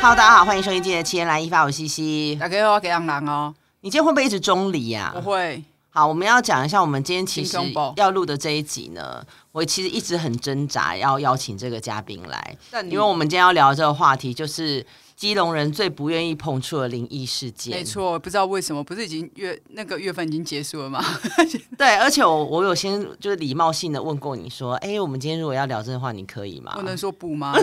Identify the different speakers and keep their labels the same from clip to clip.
Speaker 1: Hello，大家好，欢迎收听今天的《七天来一发》，我是西西。
Speaker 2: 大家好，我给杨狼哦，
Speaker 1: 你今天会不会一直中离呀、
Speaker 2: 不会，
Speaker 1: 好，我们要讲一下，我们今天其实
Speaker 2: 心胸爆
Speaker 1: 要录的这一集呢，我其实一直很挣扎要邀请这个嘉宾来，
Speaker 2: 但你
Speaker 1: 因为我们今天要聊的这个话题就是基隆人最不愿意碰触的灵异事件。
Speaker 2: 没，错，我不知道为什么，不是已经月那个月份已经结束了 吗？
Speaker 1: 对，而且我我有先就是礼貌性的问过你说，哎，我们今天如果要聊这个话，你可以吗？
Speaker 2: 不能说不 吗？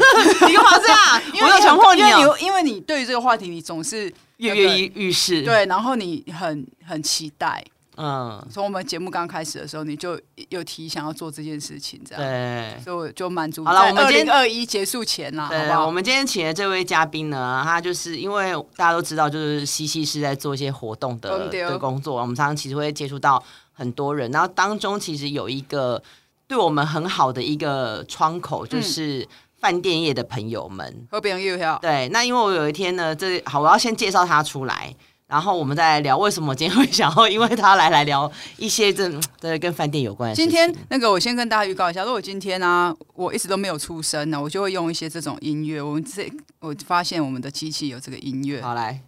Speaker 1: 你干嘛这 样？我有强迫你
Speaker 2: 因为
Speaker 1: 哦，
Speaker 2: 你，因为你对于这个话题，你总是
Speaker 1: 跃
Speaker 2: 那个
Speaker 1: 跃欲欲试。，
Speaker 2: 对，然后你很很期待。
Speaker 1: 嗯，
Speaker 2: 从我们节目刚开始的时候，你就有提想要做这件事情，这样，
Speaker 1: 对。
Speaker 2: 所以我就满足。
Speaker 1: 好了我们
Speaker 2: 二
Speaker 1: 今天
Speaker 2: 零二一结束前啦，好
Speaker 1: 对
Speaker 2: 不，好？
Speaker 1: 我们今天请的这位嘉宾呢，他就是因为大家都知道，就是西西是在做一些活动的
Speaker 2: 嗯对哦
Speaker 1: 的工作，我们常常其实会接触到很多人，然后当中其实有一个对我们很好的一个窗口，
Speaker 2: 嗯
Speaker 1: 就是饭店业的朋友们。
Speaker 2: 和别人又要
Speaker 1: 对，那因为我有一天呢，这好，我要先介绍他出来。然后我们再来聊为什么我今天会想要因为他来来聊一些这嗯这跟饭店有关的事
Speaker 2: 今
Speaker 1: 情。
Speaker 2: 天那个，我先跟大家预告一下，如果今天呢、我一直都没有出声呢、我就会用一些这种音乐。我们这我发现我们的机器有这个音乐，
Speaker 1: 好来，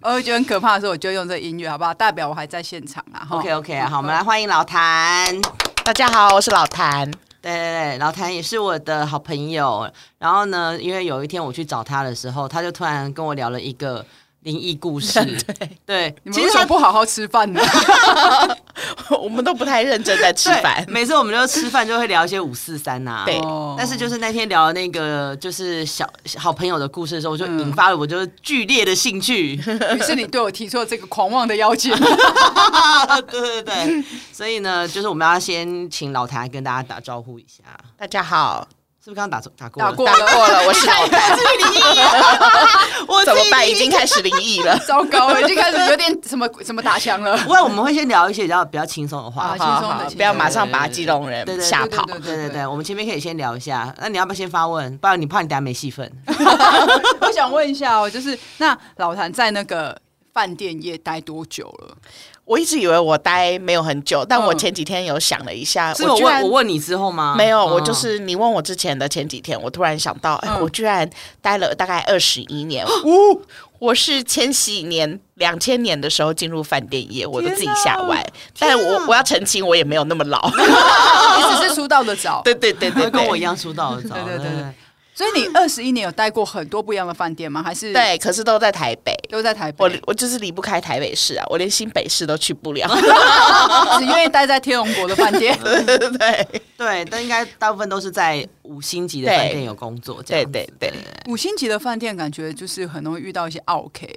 Speaker 2: 呃我觉得很可怕的时候，我就用这个音乐，好不好？代表我还在现场啊！哈
Speaker 1: OK 哦 OK，好，我们来欢迎老谭。
Speaker 3: 大家好，我是老谭。
Speaker 1: 对对对，老谭也是我的好朋友。然后呢，因为有一天我去找他的时候，他就突然跟我聊了一个灵异故 事。对，
Speaker 2: 你们
Speaker 1: 其
Speaker 2: 为
Speaker 1: 实
Speaker 2: 什么
Speaker 1: 他
Speaker 2: 不好好吃饭 呢？
Speaker 3: 我们都不太认真在吃饭
Speaker 1: 对，每次我们就吃饭就会聊一些五四三 呐。
Speaker 3: 对
Speaker 2: 哦
Speaker 1: 但是就是那天聊的那个就是小好朋友的故事的时候，我就
Speaker 2: 嗯
Speaker 1: 引发了我就是剧烈的兴 趣。
Speaker 2: 于是你对我提出了这个狂妄的要求。
Speaker 1: 对对对，所以呢，就是我们要先请老谭跟大家打招呼一下，
Speaker 3: 大家好，
Speaker 1: 是不是刚刚打错打过了？
Speaker 2: 打过
Speaker 3: 打过了，我是老谭，
Speaker 1: 我
Speaker 3: 怎么
Speaker 1: 自己
Speaker 3: 办？已经开始灵异 了。
Speaker 2: 糟糕，我已经开始有点什么什么打枪了。
Speaker 1: 不过我们会先聊一些比较比较轻松的话
Speaker 2: 啊
Speaker 1: 题
Speaker 2: 轻松的
Speaker 3: 好好
Speaker 2: 轻松的
Speaker 3: 不要马上把基隆人
Speaker 1: 对对对
Speaker 3: 吓跑。
Speaker 2: 对
Speaker 1: 对对对，我们前面可以先聊一下。那你要不要先发问？不然你怕你等下没戏份。
Speaker 3: 啊
Speaker 2: 我想问一下哦，就是那老谭在那个饭店业待多久 了？
Speaker 3: 我一直以为我待没有很久，但
Speaker 2: 嗯
Speaker 3: 我前几天有想了一下，
Speaker 1: 是我
Speaker 3: 居
Speaker 1: 问
Speaker 3: 然
Speaker 1: 我问你之后吗？
Speaker 3: 没有，
Speaker 1: 嗯
Speaker 3: 我 就是你问我之前的前几天，我突然想到，哎，
Speaker 2: 嗯
Speaker 3: 我居然待了大概二十一 年。我是千禧年两千年的时候进入饭店业，我都自己吓歪。但我我要澄清，我也没有那么 老。
Speaker 2: 你只是出道的早，
Speaker 3: 对对对对对，
Speaker 1: 跟我一样出道的嗯早。
Speaker 2: 对对对对所以你二十一年有待过很多不一样的饭店吗？还是
Speaker 3: 嗯对，可是都在台北。
Speaker 2: 都在台
Speaker 3: 我
Speaker 2: 北？
Speaker 3: 我就是离不开台北市啊，我连新北市都去 不了。
Speaker 2: 只愿意待在天龙国的饭店。
Speaker 3: 对对对
Speaker 1: 对，但应该大部分都是在五星级的
Speaker 3: 对
Speaker 1: 饭店有工作。这
Speaker 3: 对
Speaker 1: 样子
Speaker 3: 对对，
Speaker 2: 五星级的饭店感觉就是很容易遇到一些 OK，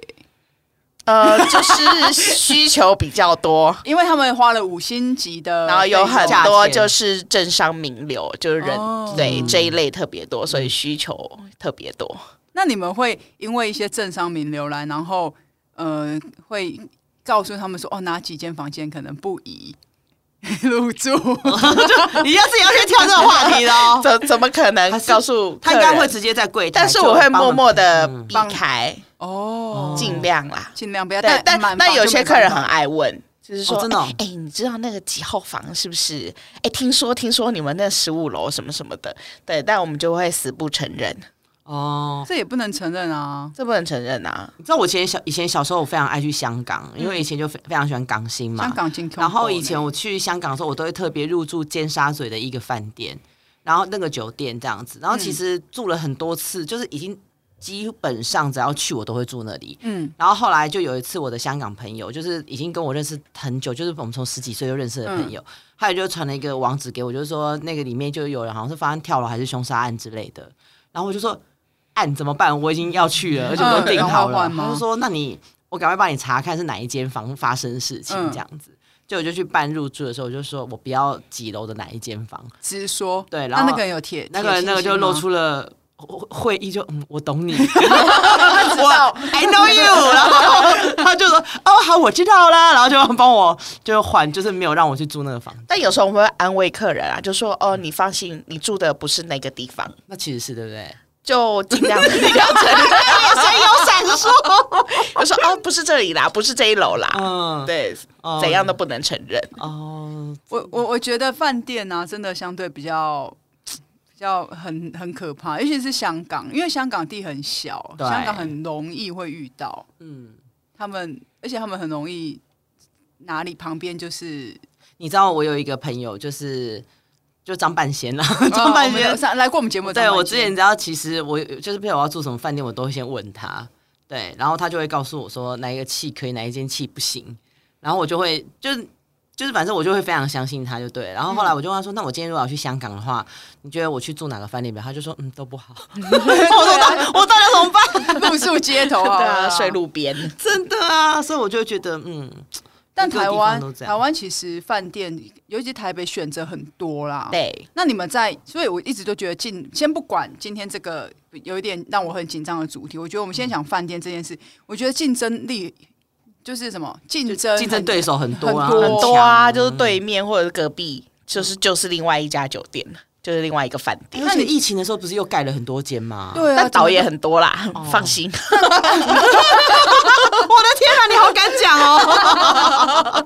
Speaker 3: 呃，就是需求比 较多，
Speaker 2: 因为他们花了五星级的费用，
Speaker 3: 然后有很
Speaker 1: 价
Speaker 3: 多
Speaker 1: 钱
Speaker 3: 就是政商名流，就是人
Speaker 2: 哦
Speaker 3: 对这一类特别
Speaker 1: 嗯
Speaker 3: 多，所以需求特别多。
Speaker 2: 那你们会因为一些政商名流来，然后呃会告诉他们说哦哪几间房间可能不宜 入住，
Speaker 1: 对，你要自己要去挑这种话题的 哦。
Speaker 3: 怎怎么可能
Speaker 1: 还是
Speaker 3: 告诉
Speaker 1: 他应该
Speaker 3: 客
Speaker 1: 会
Speaker 3: 人
Speaker 1: 直接在柜台，
Speaker 3: 但是我会
Speaker 1: 就帮忙
Speaker 3: 默默的
Speaker 1: 嗯
Speaker 3: 避
Speaker 2: 帮
Speaker 3: 开，
Speaker 2: 哦
Speaker 3: 尽量啦。
Speaker 2: 尽量不要带
Speaker 3: 但。但
Speaker 2: 满房
Speaker 3: 但有
Speaker 2: 就
Speaker 3: 些
Speaker 2: 没
Speaker 3: 客人
Speaker 2: 办
Speaker 3: 很
Speaker 2: 法
Speaker 3: 爱问，就是说，
Speaker 1: 哦真的哦
Speaker 3: 哎、哎你知道那个几号房是不是？哎、听说听说你们那十五楼什么什么的，对，但我们就会死不承认，
Speaker 1: 哦。
Speaker 2: 这也不能承认啊。
Speaker 3: 这不能承认啊。
Speaker 1: 你知道我以前小以前小时候，我非常爱去香港，因
Speaker 3: 嗯
Speaker 1: 为以前就非非常喜欢港星嘛。
Speaker 2: 香港金控，
Speaker 1: 然后以前我去香港的时候，我都会特别入住尖沙咀的一个饭店，然后那个酒店这样子。然后其实住了很多次，就是已经基本上只要去我都会住那里。
Speaker 2: 嗯
Speaker 1: 然后后来就有一次，我的香港朋友就是已经跟我认识很久，就是我们从十几岁就认识的
Speaker 2: 嗯
Speaker 1: 朋友，他也就传了一个网址给我，就是说那个里面就有人好像是发生跳楼还是凶杀案之类的。然后我就说案怎么办？我已经要去了，而且我都订好
Speaker 2: 嗯然后
Speaker 1: 了。
Speaker 2: 换吗
Speaker 1: 他就说那你我赶快帮你查看是哪一间房发生事情
Speaker 2: 嗯
Speaker 1: 这样子。就我就去办入住的时候，我就说我不要几楼的哪一间房，
Speaker 2: 直说，
Speaker 1: 对然
Speaker 2: 那
Speaker 1: 后
Speaker 2: 那个人有铁，
Speaker 1: 那个
Speaker 2: 铁
Speaker 1: 那个
Speaker 2: 心
Speaker 1: 就
Speaker 2: 吗
Speaker 1: 露出了会会意就，嗯，我懂 你
Speaker 3: 知道，
Speaker 1: ，I know you，然后他就说哦好，我知道啦，然后就帮我就缓，就是没有让我去住那个房，
Speaker 3: 但有时候我们会安慰客人啊，就说哦，你放心，你住的不是那个地方，
Speaker 1: 那其实是对不对？
Speaker 3: 就尽量不要承认。 哎
Speaker 1: 谁有闪烁？
Speaker 3: 就说哦，不是这里啦，不是这一楼啦，
Speaker 1: 嗯，
Speaker 3: 对，
Speaker 1: 哦
Speaker 3: 怎样都不能承认。
Speaker 1: 哦，
Speaker 2: 我我我觉得饭店呢、啊，真的相对比较比较很很可怕，尤其是香港，因为香港地很小，
Speaker 1: 对
Speaker 2: 香港很容易会遇到
Speaker 1: 嗯，
Speaker 2: 他们，而且他们很容易哪里旁 边就是
Speaker 1: 你知道我有一个朋友，就是就张半仙啦，
Speaker 2: 哦
Speaker 1: 张
Speaker 2: 我
Speaker 1: 半
Speaker 2: 们
Speaker 1: 仙
Speaker 2: 有上来过我们节目的张
Speaker 1: 对
Speaker 2: 半仙，
Speaker 1: 我之前 你知道，其实我就是譬如我要住什么饭店，我都会先问他，对，然后他就会告诉我说哪一个气可以，哪一间气不行，然后我就会就是。就是反正我就会非常相信他，就对了。然后后来我就问他说：“那我今天如果要去香港的话，你觉得我去住哪个饭店比较好？”他就说：“嗯，都不好。”我说：“那我到底要怎么办
Speaker 2: 露宿街 头好
Speaker 3: 对
Speaker 2: 了
Speaker 3: 啊，
Speaker 2: 啦
Speaker 3: 睡路边，？”
Speaker 1: 真的啊，所以我就会觉得，嗯，
Speaker 2: 但
Speaker 1: 各个
Speaker 2: 台
Speaker 1: 地
Speaker 2: 湾
Speaker 1: 方都这样
Speaker 2: 台湾其实饭店，尤其台北选择很多啦。，
Speaker 3: 对，
Speaker 2: 那你们在，所以我一直都觉得进，先不管今天这个有一点让我很紧张的主题，我觉得我们先讲饭店这件事。我觉得竞争力就是什么竞争
Speaker 1: 竞争对手很多啊，
Speaker 2: 很多
Speaker 3: 很多啊，
Speaker 1: 强
Speaker 3: 就是对面或者是隔壁，
Speaker 2: 嗯
Speaker 3: 就是就是另外一家酒店，就是另外一个饭店。
Speaker 1: 而且疫情的时候不是又盖了很多间吗？
Speaker 2: 对啊，
Speaker 3: 但导演
Speaker 2: 怎么哦
Speaker 3: 很多啦， 放心。
Speaker 1: 我的天啊，你好敢 讲哦！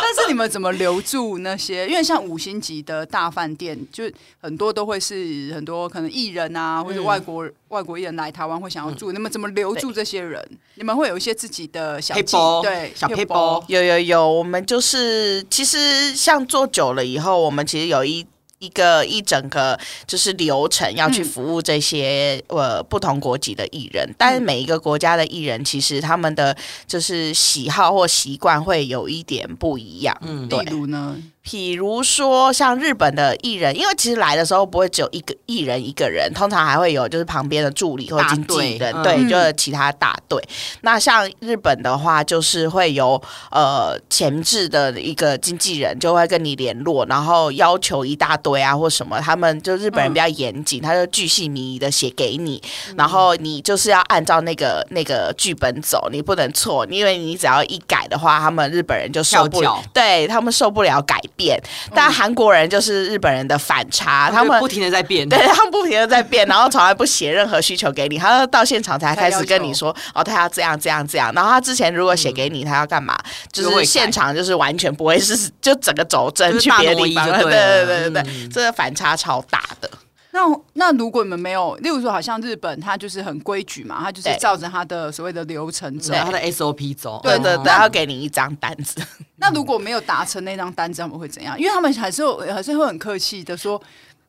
Speaker 2: 但是你们怎么留住那些？因为像五星级的大饭店，就很多都会是很多可能艺人啊，或者外国、外国艺人来台湾会想要住。你们怎么留住这些人？你们会有一些自己的小
Speaker 1: 黑
Speaker 2: 计
Speaker 1: 包
Speaker 2: 对
Speaker 1: 小
Speaker 2: 黑
Speaker 1: 黑
Speaker 2: 包
Speaker 1: 包
Speaker 3: 有有有，我们就是其实像做久了以后，我们其实有一。一个一整个就是流程要去
Speaker 2: 嗯
Speaker 3: 服务这些、呃不同国籍的艺人，但是每一个国家的艺人其实他们的就是喜好或习惯会有一点不一样。
Speaker 1: 嗯，
Speaker 3: 对
Speaker 2: 例如呢？
Speaker 3: 比如说像日本的艺人，因为其实来的时候不会只有一个艺人一个人，通常还会有就是旁边的助理或
Speaker 1: 大
Speaker 3: 经纪
Speaker 1: 队
Speaker 3: 人，
Speaker 1: 嗯
Speaker 3: 对，
Speaker 2: 嗯
Speaker 3: 就是其他大队。那像日本的话，就是会有呃前置的一个经纪人就会跟你联络，然后要求一大堆啊或什么，他们就日本人比较严谨，他就巨细靡遗的写给你，
Speaker 1: 嗯
Speaker 3: 然后你就是要按照那个那个剧本走，你不能错，因为你只要一改的话，他们日本人就受不
Speaker 1: 跳
Speaker 3: 了
Speaker 1: 脚，
Speaker 3: 对他们受不了改变。但韩国人就是日本人的反差，他们
Speaker 1: 嗯就不。停的在变，
Speaker 3: 对他们不停的在变，然后从来不写任何需求给你，他就到现场才开始跟你说，哦，他要这样这样这样。然后他之前如果写给你，他要干嘛？
Speaker 1: 嗯
Speaker 3: 就
Speaker 1: 就会
Speaker 3: 是
Speaker 1: 改
Speaker 3: 现场就是完全不会是， 就整个走
Speaker 1: 就
Speaker 3: 针
Speaker 1: 是
Speaker 3: 去
Speaker 1: 大
Speaker 3: 别的
Speaker 1: 挪
Speaker 3: 地
Speaker 1: 移
Speaker 3: 方
Speaker 1: 就
Speaker 3: 了。对
Speaker 1: 对了
Speaker 3: 对对对，
Speaker 1: 嗯
Speaker 3: 这个反差超大的。
Speaker 2: 那那如果你们没有，例如说，好像日本，它就是很规矩嘛，它就是
Speaker 3: 对
Speaker 2: 照着它的所谓的流程走
Speaker 1: 然。后他的 SOP 走，
Speaker 3: 对对
Speaker 1: 嗯
Speaker 3: 对，要给你一张单子。
Speaker 2: 那如果没有达成那张单子，他们会怎样？因为他们还是有还是会很客气的说，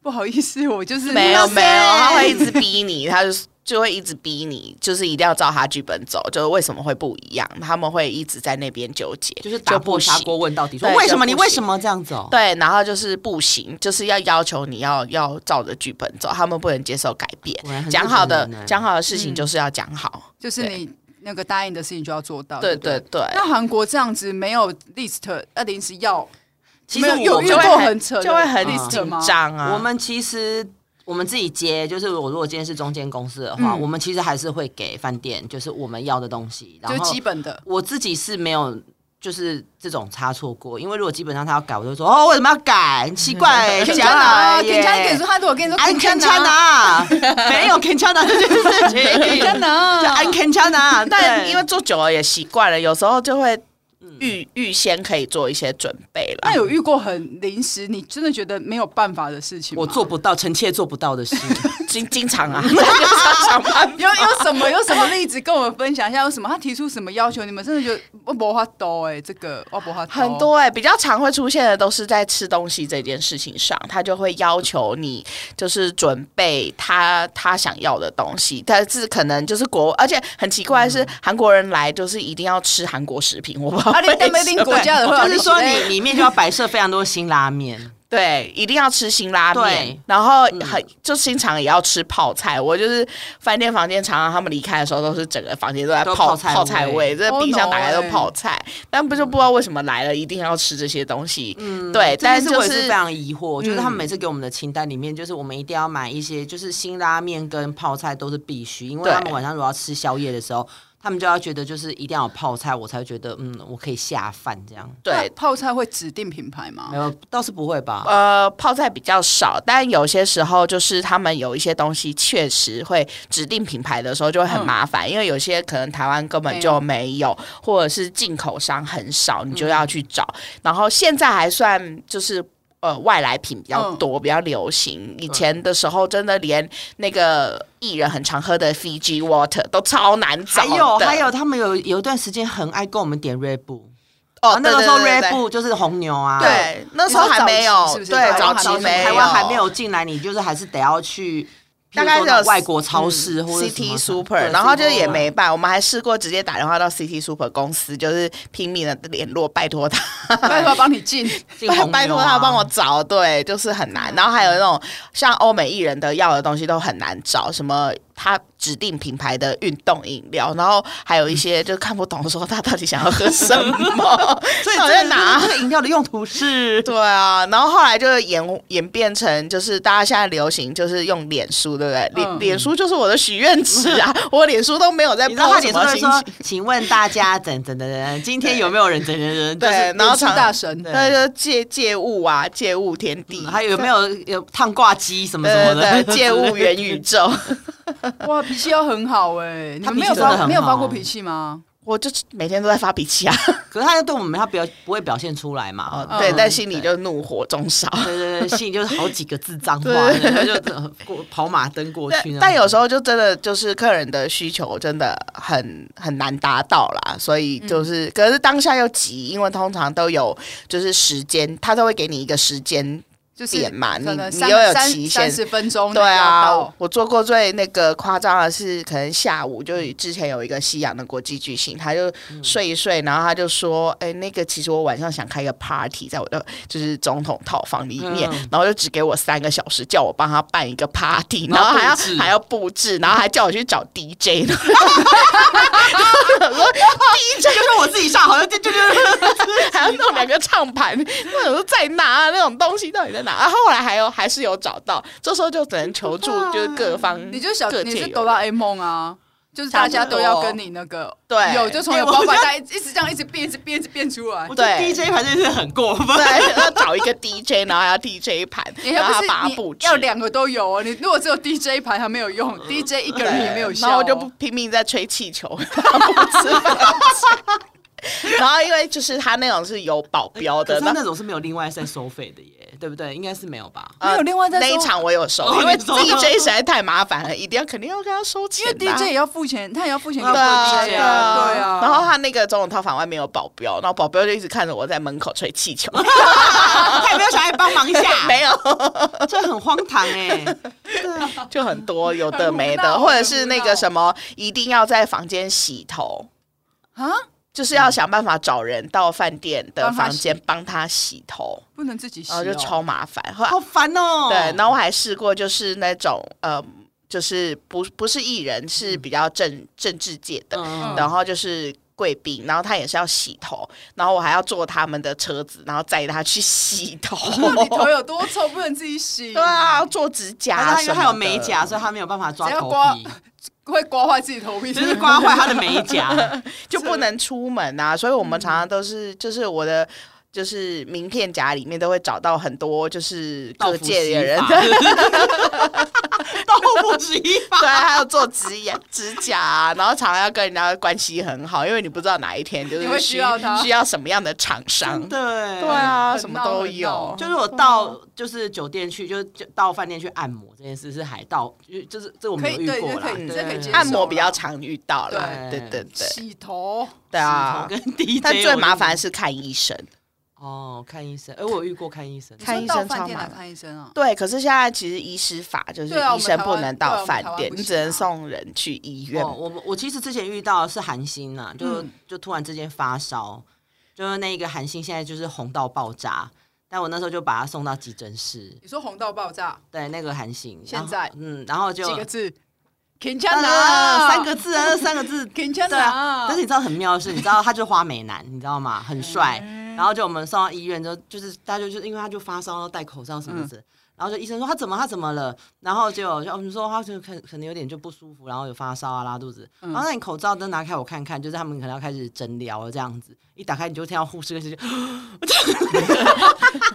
Speaker 2: 不好意思，我就是
Speaker 3: 没有
Speaker 2: 那
Speaker 3: 没有，他会一直逼你，他就 就会一直逼你，就是一定要照他剧本走，就是为什么会不一样，他们会一直在那边纠结，
Speaker 1: 就是打破
Speaker 3: 不行
Speaker 1: 砂锅问到底，说
Speaker 3: 对
Speaker 1: 为什么
Speaker 3: 就
Speaker 1: 你
Speaker 3: 不行
Speaker 1: 为什么这样子哦？
Speaker 3: 对，然后就是不行，就是要要求你要要照着剧本走，他们不能接受改变
Speaker 1: 果然。很
Speaker 3: 讲好
Speaker 1: 日
Speaker 3: 的
Speaker 1: 本人欸
Speaker 3: 讲好的事情就是要讲好，
Speaker 2: 就是你那个答应的事情就要做
Speaker 1: 嗯
Speaker 2: 到。
Speaker 3: 对
Speaker 2: 不对
Speaker 3: 对对，
Speaker 2: 那韩国这样子没有 list，呃，临时要
Speaker 1: 其
Speaker 2: 没
Speaker 1: 实
Speaker 2: 有
Speaker 1: 我
Speaker 2: 有
Speaker 1: 们
Speaker 2: 遇
Speaker 3: 就会
Speaker 2: 过
Speaker 3: 很
Speaker 2: 很扯的
Speaker 3: 就会很
Speaker 2: list
Speaker 3: 紧
Speaker 2: 吗？
Speaker 3: 张啊。
Speaker 1: 我们其实我们自己接，就是我如果今天是中间公司的话，
Speaker 2: 嗯
Speaker 1: 我们其实还是会给饭店就是我们要的东西，然
Speaker 2: 就
Speaker 1: 后
Speaker 2: 基本的。
Speaker 1: 我自己是没有。就是这种差错过，因为如果基本上他要改，我就说哦，为什么要改？很奇怪、 欸，
Speaker 2: 肯
Speaker 1: 讲
Speaker 2: 加拿，
Speaker 1: 来
Speaker 2: 肯
Speaker 1: 耶
Speaker 2: 加跟你说，啊他如果跟你说
Speaker 1: 安肯
Speaker 2: 肯
Speaker 1: 加
Speaker 2: 加拿，
Speaker 1: 拿，没有肯加拿这件事
Speaker 2: 肯
Speaker 1: 情，
Speaker 2: 加拿，
Speaker 1: 就安肯加 拿，
Speaker 3: 但
Speaker 1: 对嗯
Speaker 3: 因为做久了也习惯了，有时候就会预预先可以做一些准备了。
Speaker 2: 那有遇过很临时，你真的觉得没有办法的事情吗？
Speaker 1: 我做不到，臣妾做不到的事。
Speaker 3: 经经常啊， 就是要想办
Speaker 2: 有有什么有什么例子跟我们分享一下？有什么他提出什么要求？你们真的觉得我不法多哎，这个我不法
Speaker 3: 很多
Speaker 1: 哦
Speaker 3: 哎、比较常会出现的都是在吃东西这件事情上，他就会要求你就是准备他他想要的东西，但是可能就是国，而且很奇怪的
Speaker 1: 嗯
Speaker 3: 是韩国人来就是一定要吃韩国食品，我不知道
Speaker 2: 啊，你
Speaker 3: 为
Speaker 2: 但没
Speaker 3: 什
Speaker 2: 领
Speaker 3: 么
Speaker 2: 国家的话，欸
Speaker 1: 就是说你里面就要摆设非常多辛拉 面，
Speaker 3: 对，一定要吃辛拉面
Speaker 1: 对，嗯
Speaker 3: 然后很、就经常也要吃泡菜。我就是饭店房间，常常他们离开的时候，都是整个房间都在
Speaker 1: 都
Speaker 3: 泡
Speaker 1: 泡菜
Speaker 3: 泡菜
Speaker 1: 味
Speaker 3: 味，这
Speaker 2: 哦
Speaker 3: 冰箱
Speaker 2: no
Speaker 3: 打开都
Speaker 2: 欸
Speaker 3: 泡菜。但不就不知道为什么来了，一定要吃这些东西。对，
Speaker 1: 嗯这
Speaker 3: 但
Speaker 1: 件事
Speaker 3: 就嗯
Speaker 1: 我也是非常疑惑，就是他们每次给我们的清单里面，就是我们一定要买一些，就是辛拉面跟泡菜都是必须，因为
Speaker 3: 对
Speaker 1: 他们晚上如果要吃宵夜的时候，他们就要觉得就是一定要有泡菜，我才会觉得嗯，我可以下饭这样。
Speaker 3: 对。
Speaker 2: 泡菜会指定品牌
Speaker 1: 没
Speaker 2: 吗？
Speaker 1: 有，倒是不会吧？
Speaker 3: 哎呃，泡菜比较少，但有些时候就是他们有一些东西确实会指定品牌的时候就会
Speaker 1: 嗯
Speaker 3: 很麻烦，因为有些可能台湾根本就没有，或者是进口商很少，你就要去找。然后现在还算就是。呃外来品比
Speaker 1: 嗯
Speaker 3: 较多，比较流行。以前的时候，真的连那个艺人很常喝的 Fiji Water 都超难找
Speaker 1: 还
Speaker 3: 的。
Speaker 1: 有还有，他们有有一段时间很爱跟我们点 Red Bull，
Speaker 3: 哦
Speaker 1: 啊，那个时候 Red
Speaker 3: 对对对
Speaker 1: Bull 就是红牛啊，
Speaker 3: 对，那时候
Speaker 2: 你说
Speaker 3: 还
Speaker 2: 早
Speaker 3: 没
Speaker 2: 期
Speaker 3: 有，
Speaker 2: 是不是
Speaker 3: 对，
Speaker 2: 早
Speaker 3: 早
Speaker 2: 期
Speaker 3: 期
Speaker 2: 没有
Speaker 1: 台湾还没有进来，你就是还是得要去，
Speaker 3: 大概
Speaker 1: 譬如说
Speaker 3: 有
Speaker 1: 外国超市
Speaker 3: 嗯
Speaker 1: 或者什么
Speaker 3: CT
Speaker 1: 的
Speaker 3: Super，
Speaker 1: 对
Speaker 3: 然后就
Speaker 1: CT
Speaker 3: 也
Speaker 1: Super
Speaker 3: 没办，我们还试过直接打电话到 CT Super 公司，就是拼命的联络，拜托他，
Speaker 2: 拜托帮你进，
Speaker 1: 进
Speaker 3: 拜
Speaker 1: 红牛啊
Speaker 3: 拜托他帮我找，对，就是很
Speaker 1: 嗯
Speaker 3: 难。然后还有那种像欧美艺人的要的东西都很难找，什么他指定品牌的运动饮料，然后还有一些就看不懂说他到底想要喝什么，
Speaker 1: 所以
Speaker 3: 到
Speaker 1: 这
Speaker 3: 底在
Speaker 1: 个
Speaker 3: 哪？
Speaker 1: 这个饮料的用途 是，
Speaker 3: 对啊，然后后来就演演变成，就是大家现在流行就是用脸书，对不对？脸、
Speaker 2: 嗯
Speaker 3: 脸书就是我的许愿池啊， 我脸书都没有在
Speaker 1: 你知道他
Speaker 3: 抛什
Speaker 1: 脸书
Speaker 3: 么
Speaker 1: 会
Speaker 3: 心
Speaker 1: 说
Speaker 3: 情。，
Speaker 1: 请问大家等等等等，今天有没有人等等等？
Speaker 3: 对
Speaker 1: 就是
Speaker 3: 然后
Speaker 2: 是
Speaker 3: 常
Speaker 2: 大神
Speaker 1: 对
Speaker 3: 那就借借物啊，借物天地，
Speaker 1: 嗯还有没有有烫挂机什么什
Speaker 3: 对
Speaker 1: 么
Speaker 3: 对
Speaker 1: 的？
Speaker 3: 对，借物元宇宙，
Speaker 2: 哇，脾气要很好哎，你
Speaker 1: 他
Speaker 2: 们没有
Speaker 1: 脾气真的
Speaker 2: 发
Speaker 1: 很
Speaker 2: 没有发
Speaker 1: 好
Speaker 2: 过脾气吗？
Speaker 3: 我就每天都在发脾气啊，
Speaker 1: 可是他对我们，他表不会表现出来嘛？哦
Speaker 2: 嗯
Speaker 3: 哦对，但心里就怒火中烧。
Speaker 1: 对对对，心里就是好几个字脏 话，
Speaker 3: 对
Speaker 1: 然后 就呃过跑马灯过去那
Speaker 3: 但
Speaker 1: 种。
Speaker 3: 但有时候就真的就是客人的需求真的很很难达到啦，所
Speaker 1: 嗯
Speaker 3: 以就是、可是当下又急，因为通常都有就是时间，他都会给你一个时间
Speaker 2: 就是
Speaker 3: 点嘛，你
Speaker 2: 可能
Speaker 3: 你
Speaker 2: 三
Speaker 3: 又有
Speaker 2: 三
Speaker 3: 期
Speaker 2: 三
Speaker 3: 限。
Speaker 2: 十分钟内
Speaker 3: 对
Speaker 2: 要
Speaker 3: 啊
Speaker 2: 到，
Speaker 3: 我做过最那个夸张的是，可能下午就之前有一个西洋的国际巨星，他就睡一睡，然后他就说：“哎、那个其实我晚上想开一个 party，在我的就是总统套房里面，
Speaker 1: 嗯
Speaker 3: 然后就只给我三个小时，叫我帮他办一个 party，然
Speaker 1: 然
Speaker 3: 后
Speaker 1: 后
Speaker 3: 还要
Speaker 1: 布置
Speaker 3: 还要布置，然后还叫我去找 DJ 呢。然后我想说 DJ
Speaker 1: 就是我自己上，好像就就就
Speaker 3: 还要弄两个唱盘，那种在哪、啊、那种东西到底在哪、啊？后来还有还是有找到，这时候就只能求助，就是各方
Speaker 2: 你就想
Speaker 3: 各
Speaker 2: 你
Speaker 3: 界
Speaker 2: 是
Speaker 3: 有
Speaker 2: 哆啦 A 梦啊，就是大家都要跟你那个
Speaker 3: 对
Speaker 2: 有就从
Speaker 1: 哎
Speaker 2: 有
Speaker 1: 我
Speaker 2: 包
Speaker 1: 觉
Speaker 2: 板
Speaker 1: 得
Speaker 2: 袋一直这样一直变一直变一直变出来
Speaker 1: 我。觉得
Speaker 3: 对
Speaker 1: DJ 反正是很过 分。
Speaker 3: 对，要找一个 DJ，然后要 DJ 盘，
Speaker 2: 你
Speaker 3: 然
Speaker 2: 还不
Speaker 3: 后他
Speaker 2: 是
Speaker 3: 把它布
Speaker 2: 你
Speaker 3: 置
Speaker 2: 要两个都有哦，你如果只有 DJ 牌还没有用，DJ 一个人也没有效、哦
Speaker 3: 然后我就不，拼命在吹气球，布置房间 然后因为就是他那种是有保镖
Speaker 1: 可
Speaker 2: 哎
Speaker 3: 的，
Speaker 1: 是他
Speaker 3: 那
Speaker 1: 那种是没有另外再收费的耶，对不对？应该是没有吧？
Speaker 2: 没有另外再
Speaker 3: 那一
Speaker 2: 收
Speaker 3: 场我有收，
Speaker 1: 哦
Speaker 3: 因为
Speaker 1: 你收了
Speaker 3: DJ 实在太麻烦了，一定要肯定要跟他收
Speaker 2: 因
Speaker 3: 钱、啊，
Speaker 2: 为 DJ 也要付钱，他也要付钱给
Speaker 1: 对
Speaker 3: 对啊，
Speaker 1: 啊
Speaker 2: DJ 啊，对啊。
Speaker 3: 然后他那个总统套房外面有保镖，然后保镖就一直看着我在门口吹 气球，
Speaker 1: 他有没有想来帮忙一下？
Speaker 3: 啊 没有，
Speaker 1: 这很荒唐 哎、
Speaker 3: 就很多有的
Speaker 2: 很无
Speaker 3: 没的，
Speaker 2: 脑
Speaker 3: 或者
Speaker 2: 很
Speaker 3: 是
Speaker 2: 无
Speaker 3: 那
Speaker 2: 脑
Speaker 3: 个什么一定要在房间洗头，
Speaker 2: 啊，
Speaker 3: 就是要想办法找人到饭店的
Speaker 2: 帮他
Speaker 3: 房
Speaker 2: 洗
Speaker 3: 间帮他洗头，
Speaker 2: 不能自己洗、
Speaker 3: 然
Speaker 2: 哦，
Speaker 3: 后就超麻烦。后来
Speaker 1: 好烦嗯哦、
Speaker 3: 对，然后我还试过就是那种呃，就是不不是艺人，是比较政政治界的，
Speaker 1: 嗯
Speaker 3: 然后就是贵宾，然后他也是要洗头，然后我还要坐他们的车子，然后载他去洗头。
Speaker 1: 哦
Speaker 2: 那你头有多臭，不能自己洗，
Speaker 3: 对，啊，做指甲
Speaker 1: 但是他
Speaker 3: 什
Speaker 1: 因为
Speaker 3: 么的
Speaker 1: 他有美甲，，所以他没有办法抓
Speaker 2: 只要
Speaker 1: 头
Speaker 2: 刮
Speaker 1: 皮，
Speaker 2: 会刮坏自己头皮，
Speaker 1: 只是刮坏他的美 甲。
Speaker 3: 就不能出门啊，所以我们常常都是，就是我的。就是名片夹里面都会找到很多就是
Speaker 1: 豆
Speaker 3: 各
Speaker 1: 腐
Speaker 3: 界
Speaker 1: 洗
Speaker 3: 的人，
Speaker 1: 法 豆腐洗
Speaker 3: 对，
Speaker 1: 法，
Speaker 3: 还有做指甲指甲、啊，然后常常要跟人家关系很好，因为你不知道哪一天就是
Speaker 2: 你会需要他
Speaker 3: 需要什么样的厂商，
Speaker 1: 对
Speaker 3: 对啊，
Speaker 2: 很
Speaker 3: 什么
Speaker 2: 闹
Speaker 3: 都
Speaker 2: 很
Speaker 3: 有
Speaker 2: 闹，
Speaker 1: 就是我到就是酒店去，就是就到饭店去按摩这件事是还到，就就是这我没有
Speaker 2: 可以
Speaker 1: 遇
Speaker 2: 对
Speaker 1: 过啦
Speaker 2: 这可以
Speaker 1: 对
Speaker 2: 这可以接受
Speaker 3: 嗯按摩比较常遇到啦，对
Speaker 1: 对
Speaker 3: 对对
Speaker 2: 洗头，
Speaker 3: 对啊
Speaker 1: 头。跟 DJ，
Speaker 3: 但最麻
Speaker 1: 我
Speaker 3: 烦
Speaker 1: 就是
Speaker 3: 看医生，
Speaker 1: 哦，看医生。哎，我有遇过看医生的，
Speaker 3: 看医
Speaker 2: 你
Speaker 3: 生
Speaker 2: 说
Speaker 3: 超
Speaker 2: 到饭店
Speaker 3: 麻
Speaker 2: 来
Speaker 3: 烦
Speaker 2: 看医生啊，
Speaker 3: 对。可是现在其实医师法就是
Speaker 2: 对啊我
Speaker 3: 医
Speaker 2: 们
Speaker 3: 生
Speaker 2: 台
Speaker 3: 不
Speaker 2: 湾
Speaker 3: 能到
Speaker 2: 对啊我们
Speaker 3: 饭
Speaker 2: 台湾
Speaker 3: 店，
Speaker 2: 不
Speaker 3: 你只
Speaker 2: 行
Speaker 3: 能
Speaker 2: 啊
Speaker 3: 送人去医院。
Speaker 1: 哦，我我其实之前遇到的是韩星呐、就、
Speaker 2: 嗯
Speaker 1: 就突然之间发烧，就是那一个韩星现在就是红到爆炸，但我那时候就把他送到急诊室，
Speaker 2: 你说红到爆炸
Speaker 1: 对那个韩星，
Speaker 2: 现
Speaker 1: 然后
Speaker 2: 在
Speaker 1: 嗯，然后就
Speaker 2: 几个字
Speaker 1: 当
Speaker 2: ，Kinchana，。
Speaker 1: 然三个字啊， 那三个字
Speaker 2: Kinchana，
Speaker 1: 对啊，但是你知道很妙的是，你知道他就是花美男，你知道吗？很帅。然后就我们送到医院之后，就是大家就是因为他就发烧，然后戴口罩什么的。然后就医生说他怎么他怎么了，然后结果就我们说他就可可能有点就不舒服，然后有发烧啊拉肚子，然后那你口罩灯拿开我看看，就是他们可能要开始诊疗了这样子，一打开你就 听到护士跟谁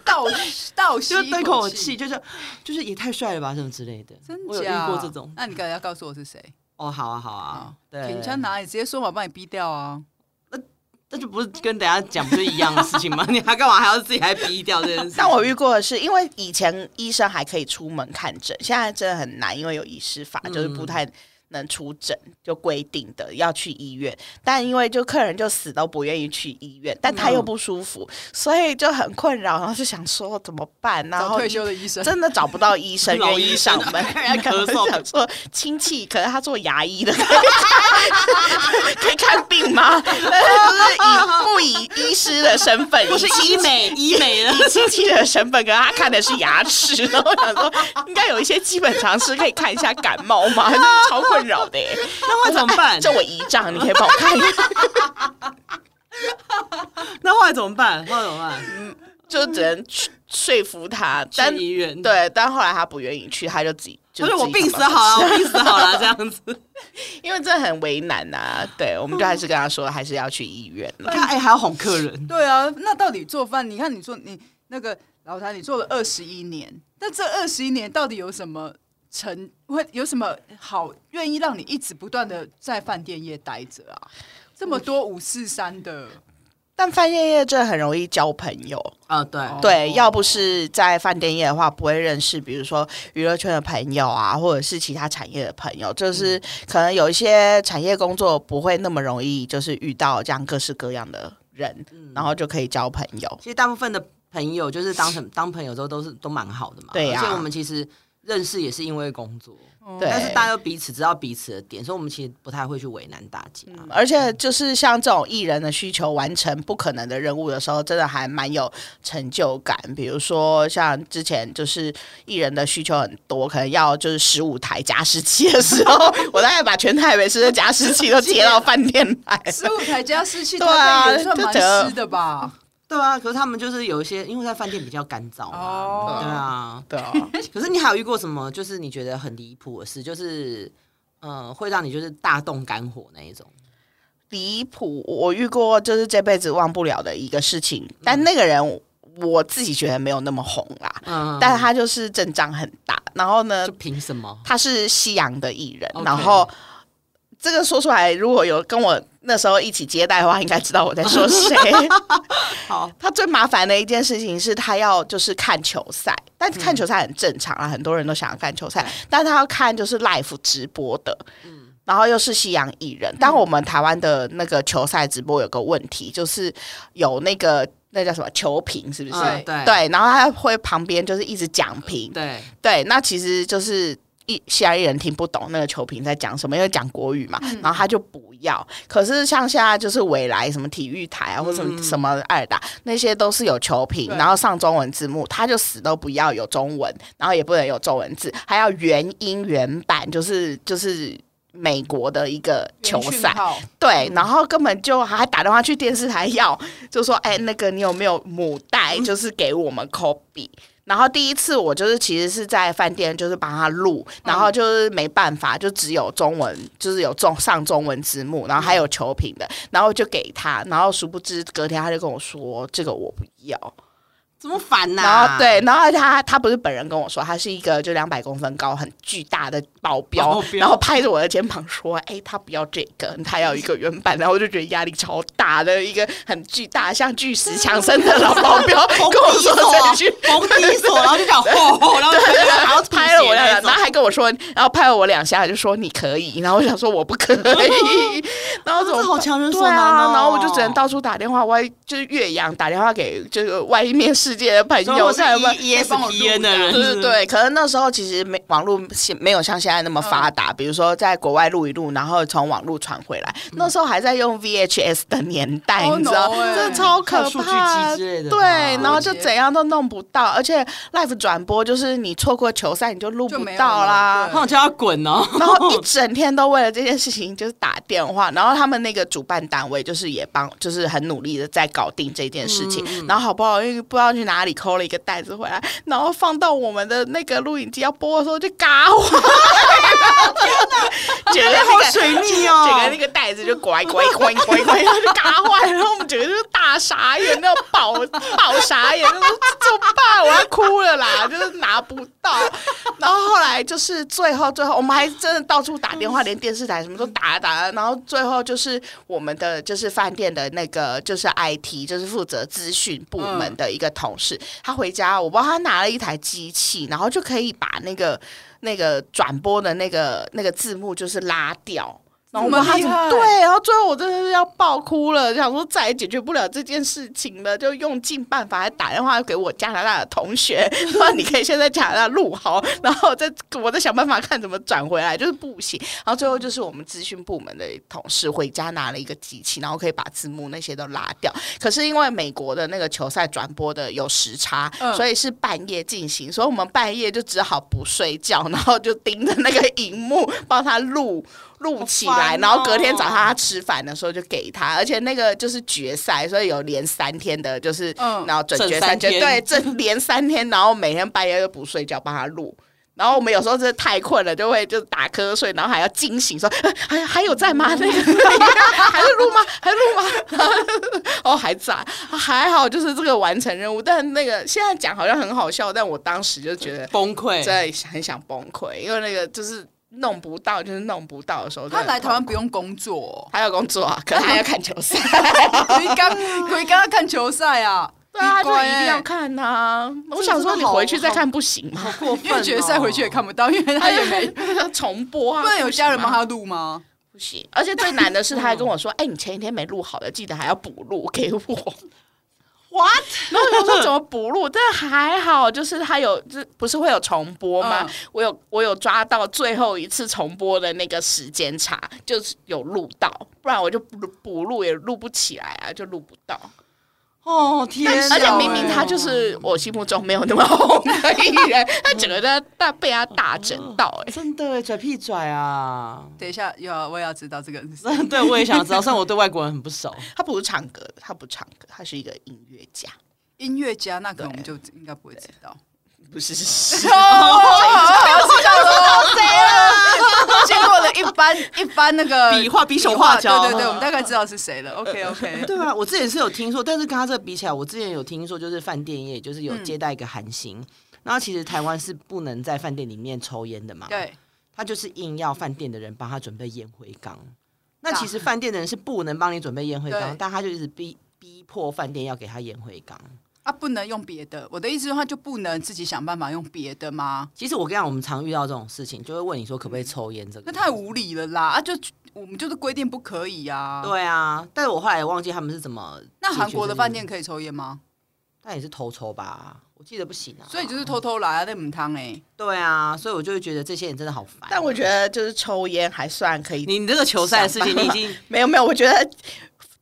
Speaker 2: 倒 倒吸
Speaker 1: 就
Speaker 2: 一
Speaker 1: 对口气，，就是就是也太帅了吧什么之类的，
Speaker 2: 真
Speaker 1: 我有
Speaker 2: 假？
Speaker 1: 遇过这种，
Speaker 2: 那你刚才要告诉我是谁？
Speaker 1: 哦好啊好啊，对，
Speaker 2: Kinchana，你直接说嘛，我帮你逼掉啊。
Speaker 1: 这就不是跟等下讲不是一样的事 情吗？你还干嘛还要自己还逼掉这件事？
Speaker 3: 但我遇过的是，因为以前医生还可以出门看诊，现在真的很难，因为有医师
Speaker 1: 嗯
Speaker 3: 法，就是不太能出诊，就规定的要去医院。但因为就客人就死都不愿意去医院，但
Speaker 1: 嗯
Speaker 3: 他又不舒服，所以就很困扰，然后就想说怎么办？然
Speaker 2: 找
Speaker 3: 后
Speaker 2: 退休的医生，
Speaker 3: 真的找不到医 生
Speaker 1: 老
Speaker 3: 愿意
Speaker 1: 医生
Speaker 3: 上 门，
Speaker 1: 还咳嗽
Speaker 3: 我想说亲戚，可是他做牙医的， 可以看可以看病吗？ 但 是就是以不以医师的身份，
Speaker 1: 不是
Speaker 3: 以亲
Speaker 1: 医美医美的，
Speaker 3: 以亲戚的身份，跟他看的是牙齿，然后我想说应该有一些基本常识可以看一下感冒 嘛，真的超困扰的耶。
Speaker 1: 那会怎么办？
Speaker 3: 这我姨丈，你可以帮我看一下，
Speaker 1: 那后来怎么办？后来怎么办？
Speaker 3: 就只能去说服他，但
Speaker 1: 去医院。，
Speaker 3: 对，但后来他不愿意去，他就自己。
Speaker 1: 不
Speaker 3: 就是
Speaker 1: 我
Speaker 3: 自己
Speaker 1: 病
Speaker 3: 想
Speaker 1: 死
Speaker 3: 办法
Speaker 1: 好了，我病死好了，这样 子。
Speaker 3: 因为这很为难呐、对，我们就还是跟他说，还是要去医院了。
Speaker 1: 看，哎，还要哄客人，
Speaker 2: 对啊，那到底做饭？你看你做你那个老谭，你做了二十一年，但这二十一年到底有什么成会有什么好愿意让你一直不断的在饭店业待着啊？这么多五四三的，
Speaker 3: 但饭店业真的很容易交朋友，
Speaker 1: 啊，对，
Speaker 2: 哦
Speaker 3: 对，要不是在饭店业的话，不会认识，比如说娱乐圈的朋友啊，或者是其他产业的朋友，
Speaker 1: 嗯
Speaker 3: 就是可能有一些产业工作不会那么容易，就是遇到这样各式各样的人，
Speaker 1: 嗯
Speaker 3: 然后就可以交朋友。
Speaker 1: 其实大部分的朋友就是当成当朋友之后都是都蛮好的嘛，
Speaker 3: 对啊
Speaker 1: 而且我们其实认识也是因为工作，
Speaker 3: 对，
Speaker 1: 哦但是大家都彼此知道彼此的点，所以我们其实不太会去为难大家。
Speaker 3: 而且就是像这种艺人的需求完成不可能的任务的时候，真的还蛮有成就感。比如说像之前就是艺人的需求很多，可能要就是十五台加湿器的时候，我大概把全台北市的加湿器都接到饭店来。
Speaker 2: 十五台加湿器，
Speaker 3: 对啊
Speaker 2: 台北也算
Speaker 3: 就觉得
Speaker 2: 蛮湿的吧？
Speaker 1: 对啊，可是他们就是有一些，因为在饭店比较干燥嘛，
Speaker 2: 哦
Speaker 1: 对啊。
Speaker 3: 对啊，
Speaker 1: 可是你还有遇过什么？就是你觉得很离谱的事，就是呃，会让你就是大动肝火那一种。
Speaker 3: 离谱！我遇过就是这辈子忘不了的一个事情，但那个人我自己觉得没有那么红啦，
Speaker 1: 嗯，
Speaker 3: 但他就是阵仗很大。然后呢
Speaker 1: 就，凭什么？
Speaker 3: 他是西洋的艺人
Speaker 1: 哦 OK
Speaker 3: 然后这个说出来，如果有跟我那时候一起接待的话，应该知道我在说谁。
Speaker 1: 好，
Speaker 3: 他最麻烦的一件事情是他要就是看球赛，但
Speaker 1: 嗯
Speaker 3: 看球赛很正常啊，很多人都想要看球赛，但他要看就是 live 直播的。
Speaker 1: 嗯
Speaker 3: 然后又是西洋艺人，但我们台湾的那个球赛直播有个问题，就是有那个那叫什么球评，是不是？
Speaker 1: 嗯对
Speaker 3: 对，然后他会旁边就是一直讲评，
Speaker 1: 对，
Speaker 3: 对，那其实就是一西安人听不懂那个球评在讲什么，因为讲国语嘛，
Speaker 2: 嗯
Speaker 3: 然后他就不要。可是像现在就是未来什么体育台啊，或什么什么二打、那些都是有球评，
Speaker 2: 嗯对
Speaker 3: 然后上中文字幕，他就死都不要有中文，然后也不能有中文字，还要原音原版，就是就是。美国的一个球
Speaker 2: 元
Speaker 3: 赛
Speaker 2: 讯，号
Speaker 3: 对，然后根本就还打电话去电视台要，就说：“哎，那个你有没有母带，就是给我们 copy。”然后第一次我就是其实是在饭店，就是帮他录，然后就是没办法，就只有中文，就是有中上中文字幕，然后还有球评的，然后就给他，然后殊不知隔天他就跟我说：“这个我不要。”
Speaker 1: 怎么烦呐、
Speaker 3: 然后对，然后他他不是本人跟我说，他是一个就两百公分高很巨大的保镖
Speaker 1: 保，镖
Speaker 3: 然后拍着我的肩膀说：“哎，他不要这个，他要一个原版。”然后我就觉得压力超大的一个很巨大像巨石强森的老保 镖跟
Speaker 1: 红
Speaker 3: 我说这句。
Speaker 1: 红底锁，然后就讲吼 吼，然后就还要吐血
Speaker 3: 拍了我两
Speaker 1: 那
Speaker 3: 下，
Speaker 1: 一种
Speaker 3: 然后还跟我说，然后拍了我两下，就说你可以，然后我想说我不可以，然后怎
Speaker 1: 这
Speaker 3: 么办
Speaker 1: 好强人所
Speaker 3: 对
Speaker 1: 难
Speaker 3: 啊
Speaker 1: 哦，
Speaker 3: 然后我就只能到处打电话，外就是岳阳打电话给就是外面世界的朋
Speaker 1: 所以
Speaker 3: 友，哎
Speaker 1: 我是
Speaker 3: 看有没有
Speaker 1: E S P N 的人，
Speaker 3: 对对对，可能那时候其实没网络现没有像现在那么发达，
Speaker 1: 嗯
Speaker 3: 比如说在国外录一录，然后从网络传回来，
Speaker 1: 嗯
Speaker 3: 那时候还在用 VHS 的年代，
Speaker 1: 哦
Speaker 2: Oh
Speaker 3: 你知道，
Speaker 2: no，哎
Speaker 3: 真的超可
Speaker 1: 靠数据
Speaker 3: 怕
Speaker 1: 机。之类的吧，
Speaker 3: 对，然后就
Speaker 2: 了解
Speaker 3: 怎样都弄不到，而且 live 转播就是你错过球赛你就录
Speaker 2: 就
Speaker 3: 不
Speaker 2: 没有
Speaker 3: 到
Speaker 2: 了
Speaker 3: 啦
Speaker 2: 对。
Speaker 1: 他想叫他滚哦，
Speaker 3: 然后一整天都为了这件事情就是打电话，然后他们那个主办单位就是也帮，就是很努力的在搞定这件事情，然后好不好容易不知道去哪里抠了一个袋子回来，然后放到我们的那个录影机要播的时候就嘎 坏了，觉得
Speaker 1: 好
Speaker 3: 那个。
Speaker 1: 水逆
Speaker 3: 整个
Speaker 1: 哦
Speaker 3: 那，个袋子就拐拐拐拐拐，然后就嘎坏，然后我们整个就是大傻眼，那种啊爆爆傻眼，就说怎么办？我要哭了啦，就是拿不到。然后后来就是最后最后，我们还真的到处打电话，连电视台什么都打啊打啊。然后最后就是我们的就是饭店的那个就是 IT，就是负责资讯部门的一个同事，他回家，我不知道他拿了一台机器，然后就可以把那个那个转播的那个那个字幕就是拉掉。然后我们
Speaker 2: 这么
Speaker 3: 他
Speaker 2: 厉
Speaker 3: 怎
Speaker 2: 害
Speaker 3: 么对，然后最后我真的是要爆哭了，想说再也解决不了这件事情了，就用尽办法，还打电话给我加拿大的同学， 说你可以先在加拿大录好，然后再我再想办法看怎么转回来，就是不行。然后最后就是我们资讯部门的同事回家拿了一个机器，然后可以把字幕那些都拉掉。可是因为美国的那个球赛转播的有时差，
Speaker 2: 嗯
Speaker 3: 所以是半夜进行，所以我们半夜就只好不睡觉，然后就盯着那个荧幕帮他录录起
Speaker 2: 好
Speaker 3: 来，
Speaker 2: 烦哦
Speaker 3: 然后隔天早上他吃饭的时候就给他，而且那个就是决赛，所以有连三天的，就是、
Speaker 2: 嗯
Speaker 3: 然后准
Speaker 1: 整
Speaker 3: 决赛
Speaker 1: 三
Speaker 3: 就
Speaker 1: 天
Speaker 3: 对，这连三天，然后每天半夜都不睡觉帮他录。然后我们有时候真的太困了，就会就打瞌睡，然后还要惊醒说，呃还还有在吗？那个 还在录吗？还在录吗？ 哦，还在，还好就是这个完成任务。但那个现在讲好像很好笑，但我当时就觉得
Speaker 1: 崩溃
Speaker 3: 真。的很想崩溃，因为那个就是弄不到，就是弄不到的时候。
Speaker 2: 他来台湾
Speaker 3: 真的很痛苦
Speaker 2: 不用工作
Speaker 3: 还有工作啊，可是还要看球赛，
Speaker 2: 哦，鬼刚鬼刚要看球赛啊，
Speaker 3: 对啊，
Speaker 2: 你
Speaker 3: 就
Speaker 2: 乖
Speaker 3: 一定
Speaker 2: 欸
Speaker 3: 要看啊。我
Speaker 1: 这
Speaker 3: 想说
Speaker 1: 真的
Speaker 3: 你
Speaker 1: 好
Speaker 3: 回去再
Speaker 1: 好
Speaker 3: 看不行吗？
Speaker 1: 好过分、哦
Speaker 2: 因为决赛回去也看
Speaker 1: 不。
Speaker 2: 不到，因为他 也
Speaker 1: 哎
Speaker 2: 没。
Speaker 3: 重 播啊，
Speaker 2: 不能有家人帮
Speaker 3: 吗？
Speaker 2: 他录吗？
Speaker 3: 不行，而且最难的是，他还跟我说：“哎、你前一天没录好的，记得还要补录给我。”
Speaker 1: What？
Speaker 3: 然后我想说怎么补录，但还好，就是他有，就是不是会有重播吗？
Speaker 2: 嗯
Speaker 3: 我有我有抓到最后一次重播的那个时间差，就是有录到，不然我就补补录也录不起来啊，就录不到。
Speaker 1: 哦天
Speaker 2: 但
Speaker 1: 哪！
Speaker 2: 是
Speaker 3: 而且
Speaker 2: 哦
Speaker 3: 明明他就是我心目中没有那么红的艺人，他整个在大被他大整到、哎。
Speaker 1: 真的哎，拽屁拽啊！
Speaker 2: 等一下，要我也要知道 这个人是谁。
Speaker 1: 对，我也想知道，虽然我对外国人很不熟。
Speaker 3: 他不是唱歌的，他不唱歌，他是一个音乐家，
Speaker 2: 音乐家，那可能我们就应该不会知道。哦
Speaker 3: 不是 是
Speaker 2: 经过了一般一般那个
Speaker 1: 比划比手画脚
Speaker 2: 对对对，我们大概知道是谁了。OK OK，
Speaker 1: 对啊，我之前是有听说，但是跟他这比起来，我之前有听说，就是饭店业就是有接待一个韩星，
Speaker 2: 嗯
Speaker 1: 然后其实台湾是不能在饭店里面抽烟的嘛，，
Speaker 2: 对，
Speaker 1: 他就是硬要饭店的人帮他准备烟灰缸。那其实饭店的人是不能帮你准备烟灰
Speaker 2: 啊对
Speaker 1: 缸，但他就一直逼逼迫饭店要给他烟灰缸。
Speaker 2: 啊，不能用别的。我的意思是，他就不能自己想办法用别的吗？
Speaker 1: 其实我跟你讲，我们常遇到这种事情，就会问你说可不可以抽烟这个。
Speaker 2: 那太无理了啦！啊，就我们就是规定不可以啊。，
Speaker 1: 对啊，但是我后来也忘记他们是怎么解决这
Speaker 2: 那
Speaker 1: 件事。
Speaker 2: 韩国的饭店可以抽烟吗？
Speaker 1: 但也是偷抽吧，我记得不行啊。
Speaker 2: 所以就是偷偷来啊，那母汤哎，
Speaker 1: 对啊，所以我就会觉得这些人真的好烦。
Speaker 3: 但我觉得就是抽烟还算可以
Speaker 1: 你你这个球赛的事情，你已经
Speaker 3: 没有没有，我觉得